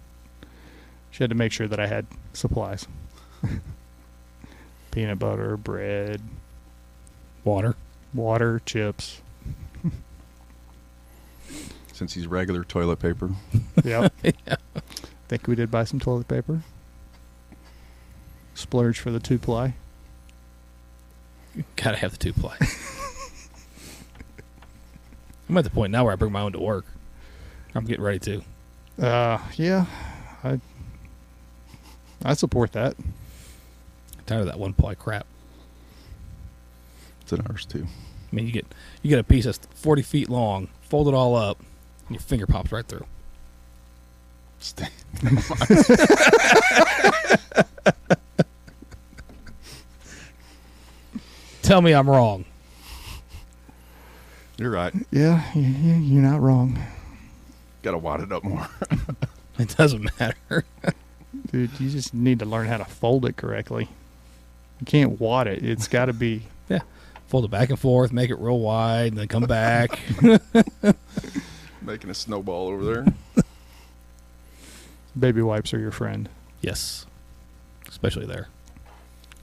S1: She had to make sure that I had supplies: peanut butter, bread,
S2: Water.
S1: water, chips.
S3: Since he's regular toilet paper.
S1: Yep. Think we did buy some toilet paper. Splurge for the two ply.
S2: Gotta have the two ply. I'm at the point now where I bring my own to work. I'm getting ready to.
S1: Uh, yeah, I I support that.
S2: tired of that one ply crap.
S3: It's in ours too.
S2: I mean, you get you get a piece that's 40 feet long, fold it all up, and your finger pops right through.
S3: Stay.
S2: Tell me I'm wrong.
S3: You're right.
S1: Yeah, you, you- you're not wrong,
S3: Got to wad it up more.
S2: It doesn't matter.
S1: dude. You just need to learn how to fold it correctly. You can't wad it. It's got to be.
S2: Fold it back and forth, make it real wide, and then come back.
S3: Making a snowball over there.
S1: Baby wipes are your friend.
S2: yes, especially there.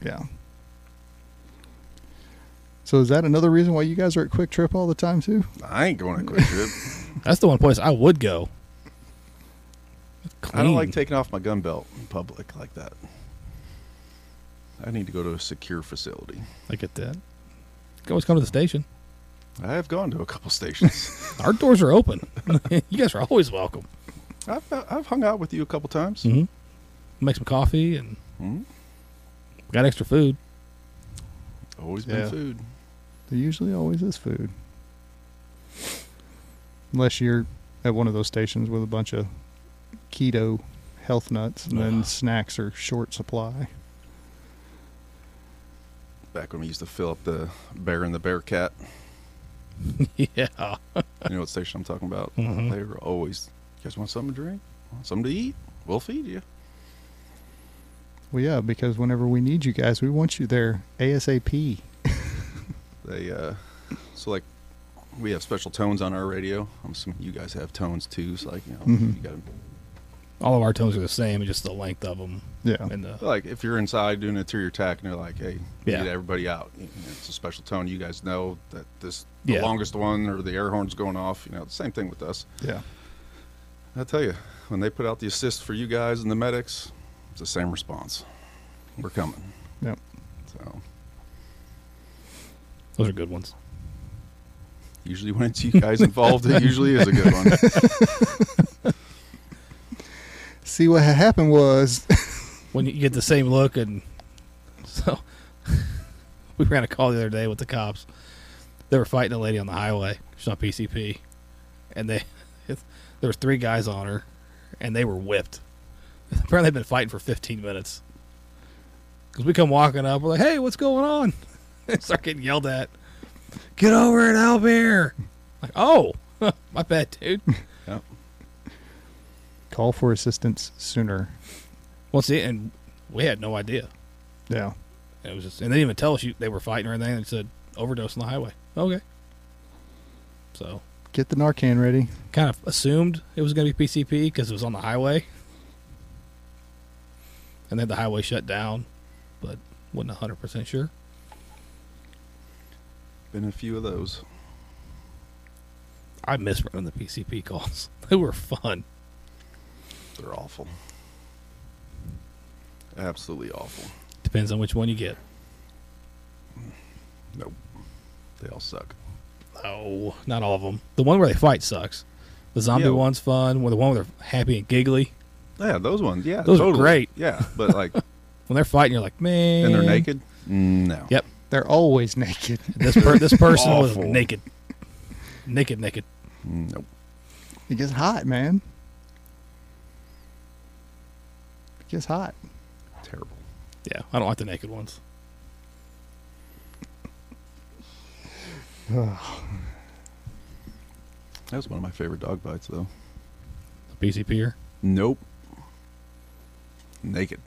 S1: Yeah. So is that another reason why you guys are at Quick Trip all the time too?
S3: I ain't going to quick trip.
S2: That's the one place I would go.
S3: I don't like
S2: Clean.
S3: taking off my gun belt in public like that. I need to go to a secure facility.
S2: I get that. You can always come to the station.
S3: I have gone to a couple stations.
S2: Our doors are open. you guys are always welcome.
S3: I've, I've hung out with you a couple times.
S2: Mm-hmm. Make some coffee and
S3: Mhm.
S2: got extra food.
S3: Always
S1: Yeah.
S3: been food.
S1: There usually always is food. Unless you're at one of those stations with a bunch of keto health nuts and then
S2: Ugh.
S1: snacks are short supply.
S3: Back when we used to fill up the bear and the bear cat.
S2: yeah.
S3: Ah. You know what station I'm talking about?
S2: Mhm.
S3: They were always, you guys want something to drink? Want something to eat? We'll feed you.
S1: Well, yeah, because whenever we need you guys, we want you there ASAP.
S3: They, uh, so like, we have special tones on our radio. I'm assuming you guys have tones too. So like, you know,
S1: Mhm.
S3: you gotta
S2: All of our tones are the same, it's just the length of them.
S1: Yeah.
S2: And uh, the,
S3: like if you're inside doing an interior attack and they're like, hey, we
S2: Yeah.
S3: need everybody out. You know, It's a special tone. You guys know that this the
S2: Yeah.
S3: longest one or the air horn's going off. You know, the same thing with us.
S1: Yeah.
S3: I tell you, when they put out the assist for you guys and the medics, it's the same response. We're coming.
S1: Yep.
S3: So
S2: those are good ones.
S3: usually when it's you guys involved, it usually is a good one.
S1: See, what had happened was
S2: When you get the same look, and so we ran a call the other day with the cops. They were fighting a lady on the highway. She's on PCP, and they there was three guys on her, and they were whipped. Apparently, they've been fighting for 15 minutes. Because we come walking up, we're like, "Hey, what's going on?" They start getting yelled at. Get over it, Albert. Like, oh, my bad, dude.
S3: Yep.
S1: call for assistance sooner.
S2: Well, see, and we had no idea.
S1: Yeah.
S2: It was just, and they didn't even tell us you, they were fighting or anything. They said overdose on the highway. Okay. So,
S1: Get the Narcan ready.
S2: kind of assumed it was going to be PCP because it was on the highway, and then the highway shut down, but wasn't hundred percent sure.
S3: Been a few of those.
S2: I miss running the PCP calls. They were fun.
S3: They're awful. Absolutely awful.
S2: Depends on which one you get.
S3: Nope. They all suck.
S2: No, not all of them. The one where they fight sucks. The zombie
S3: Yeah.
S2: one's fun. Well, the one where they're happy and giggly
S3: Yeah, those ones. Yeah,
S2: Those are
S3: totally.
S2: great.
S3: Yeah, but like,
S2: when they're fighting, you're like, man.
S3: and they're naked. No.
S2: Yep.
S1: They're always naked.
S2: This per- this person was
S3: Awful.
S2: naked, naked, naked.
S3: Nope.
S1: It gets hot, man. Just hot.
S3: Terrible.
S2: Yeah, I don't like the naked ones.
S3: That was one of my favorite dog bites, though.
S2: BCP or
S3: Nope. Naked.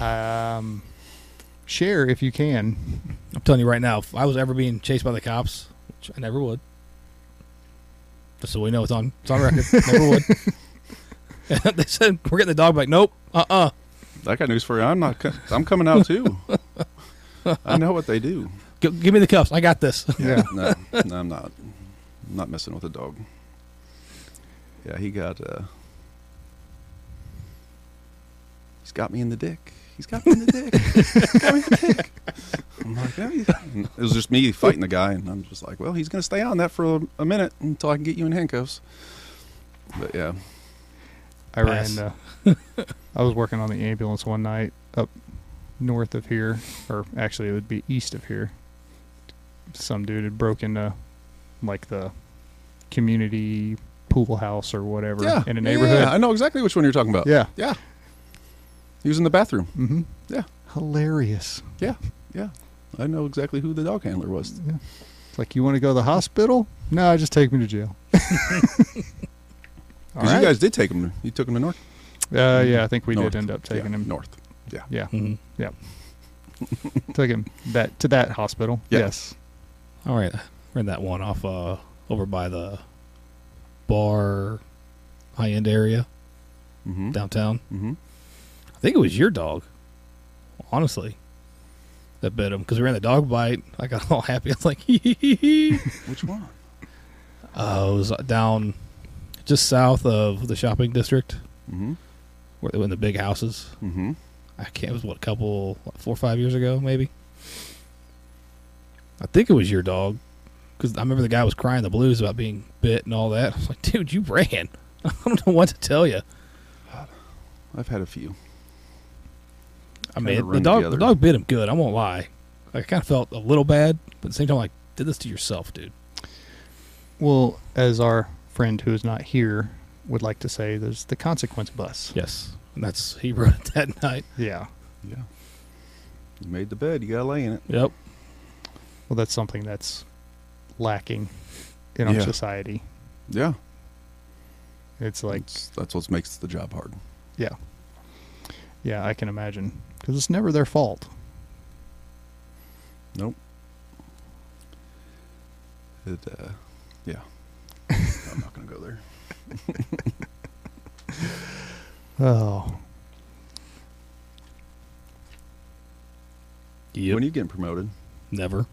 S1: Um, share if you can.
S2: I'm telling you right now, if I was ever being chased by the cops, which I never would, just so we know it's on it's on record, never would. they said we're getting the dog bite. Nope. Uh uh
S3: I got news for you. I'm not. Co- I'm coming out too. I know what they do.
S2: G- give me the cuffs. I got this.
S1: Yeah.
S3: No, no, I'm not. I'm not messing with a dog. Yeah, he got. Uh, he's got me in the dick. He's got me in the dick. He's got me in the dick. I'm like, "Oh, he's-" And it was just me fighting the guy, and I'm just like, well, he's gonna stay on that for a, a minute until I can get you in handcuffs. But yeah,
S1: I
S2: Pass.
S1: ran. uh, I was working on the ambulance one night up north of here, or actually it would be east of here. Some dude had broken uh, like the community pool house or whatever
S3: yeah,
S1: in a
S3: Yeah, yeah,
S1: neighborhood.
S3: yeah. I know exactly which one you're talking about.
S1: Yeah.
S3: yeah. He was in the bathroom.
S1: Mm-hmm.
S3: Yeah.
S1: Hilarious.
S3: Yeah, yeah. I know exactly who the dog handler was.
S1: Yeah. It's like you want to go to the hospital? No, just take me to jail. All
S3: Because
S1: right.
S3: you guys did take him. to- You took him to North.
S1: uh, yeah, I think we
S3: North.
S1: did end up taking
S3: yeah,
S1: him.
S3: North.
S1: Yeah,
S2: Mhm.
S1: took him that to that hospital.
S3: Yeah.
S1: Yes.
S2: All right, ran that one off uh, over by the bar high end area
S3: Mm-hmm.
S2: downtown.
S3: Mm-hmm.
S2: I think it was your dog, honestly, that bit him because we ran the dog bite. I got all happy. I was like, hee hee hee hee.
S3: Which one?
S2: Uh, it was down just south of the shopping district
S3: Mm-hmm.
S2: where they were in the big houses.
S3: Mm-hmm.
S2: I can't, it was what, a couple, what, four or five years ago, maybe? I think it was your dog because I remember the guy was crying the blues about being bit and all that. I was like, dude, you ran. I don't know what to tell you.
S3: I've had a few.
S2: I
S3: Kinda
S2: mean, the
S3: run
S2: dog,
S3: together.
S2: the dog bit him good. I won't lie. Like, I kind of felt a little bad, but at the same time, like, did this to yourself, dude.
S1: Well, as our friend who is not here would like to say, there's the consequence bus.
S2: Yes, and that's he wrote it that night.
S1: Yeah.
S3: Yeah. You made the bed. You gotta lay in it.
S2: Yep.
S1: Well, that's something that's lacking in our
S3: Yeah.
S1: society.
S3: Yeah.
S1: It's like,
S3: It's- that's what makes the job hard.
S1: yeah. Yeah, I can imagine. Because it's never their fault.
S3: Nope. It. Uh, yeah. I'm not gonna go there.
S1: Oh.
S2: Yep.
S3: When are you getting promoted?
S2: Never.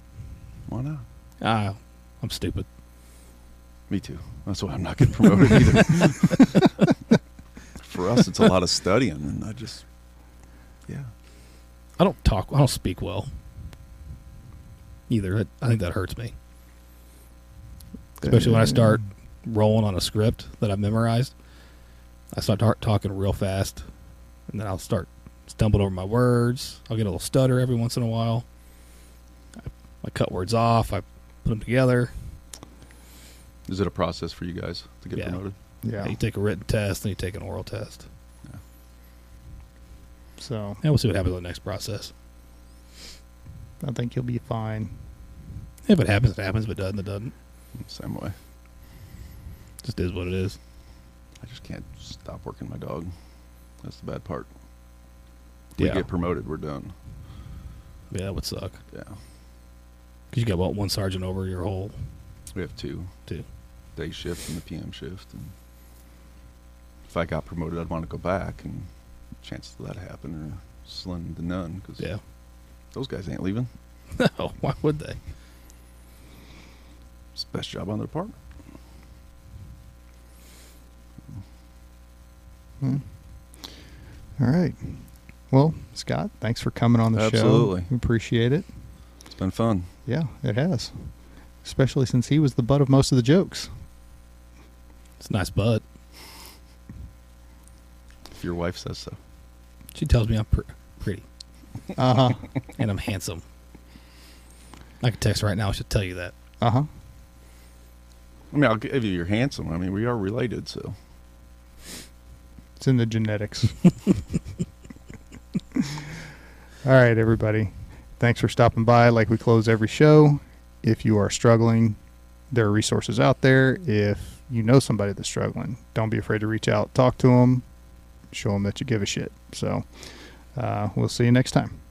S3: Why not?
S2: Ah, I'm stupid.
S3: Me too. That's why I'm not getting promoted either. For us, it's a lot of studying, and I just, yeah.
S2: I don't talk. I don't speak well. Either. I- I think that hurts me, especially when I start rolling on a script that I've memorized. I start tar- talking real fast, and then I'll start stumbling over my words. I'll get a little stutter every once in a while. I, I cut words off. I put them together.
S3: Is it a process for you guys to get
S2: Yeah.
S3: promoted?
S1: Yeah.
S2: You take a written test, then you take an oral test,
S1: So
S2: and we'll see what happens on the next process.
S1: I think you'll be fine.
S2: If it happens, it happens. If it doesn't, it doesn't.
S3: Same way.
S2: Just is what it is.
S3: I just can't stop working my dog. That's the bad part. We get promoted, we're done.
S2: yeah, that would suck.
S3: Yeah,
S2: Because you got what one sergeant over your whole
S3: we have two
S2: two.
S3: day shift and the PM shift. And if I got promoted, I'd want to go back, and chances of that happening are slim to none because
S2: Yeah.
S3: those guys ain't leaving.
S2: No, why would they?
S3: It's the best job on the department.
S1: Hmm. All right. Well, Scott, thanks for coming on the
S3: Absolutely.
S1: show. We Appreciate it.
S3: It's been fun.
S1: Yeah, it has. Especially since he was the butt of most of the jokes.
S2: It's a nice butt.
S3: If your wife says so.
S2: She tells me I'm pr- pretty
S1: Uh huh.
S2: and I'm handsome. I could text her right now. She'll tell you that.
S1: Uh huh.
S3: I mean, I'll give you your handsome. I mean, we are related, so
S1: It's in the genetics. All right, everybody. Thanks for stopping by. Like we close every show. If you are struggling, there are resources out there. If you know somebody that's struggling, don't be afraid to reach out, talk to them, show them that you give a shit. So uh, we'll see you next time.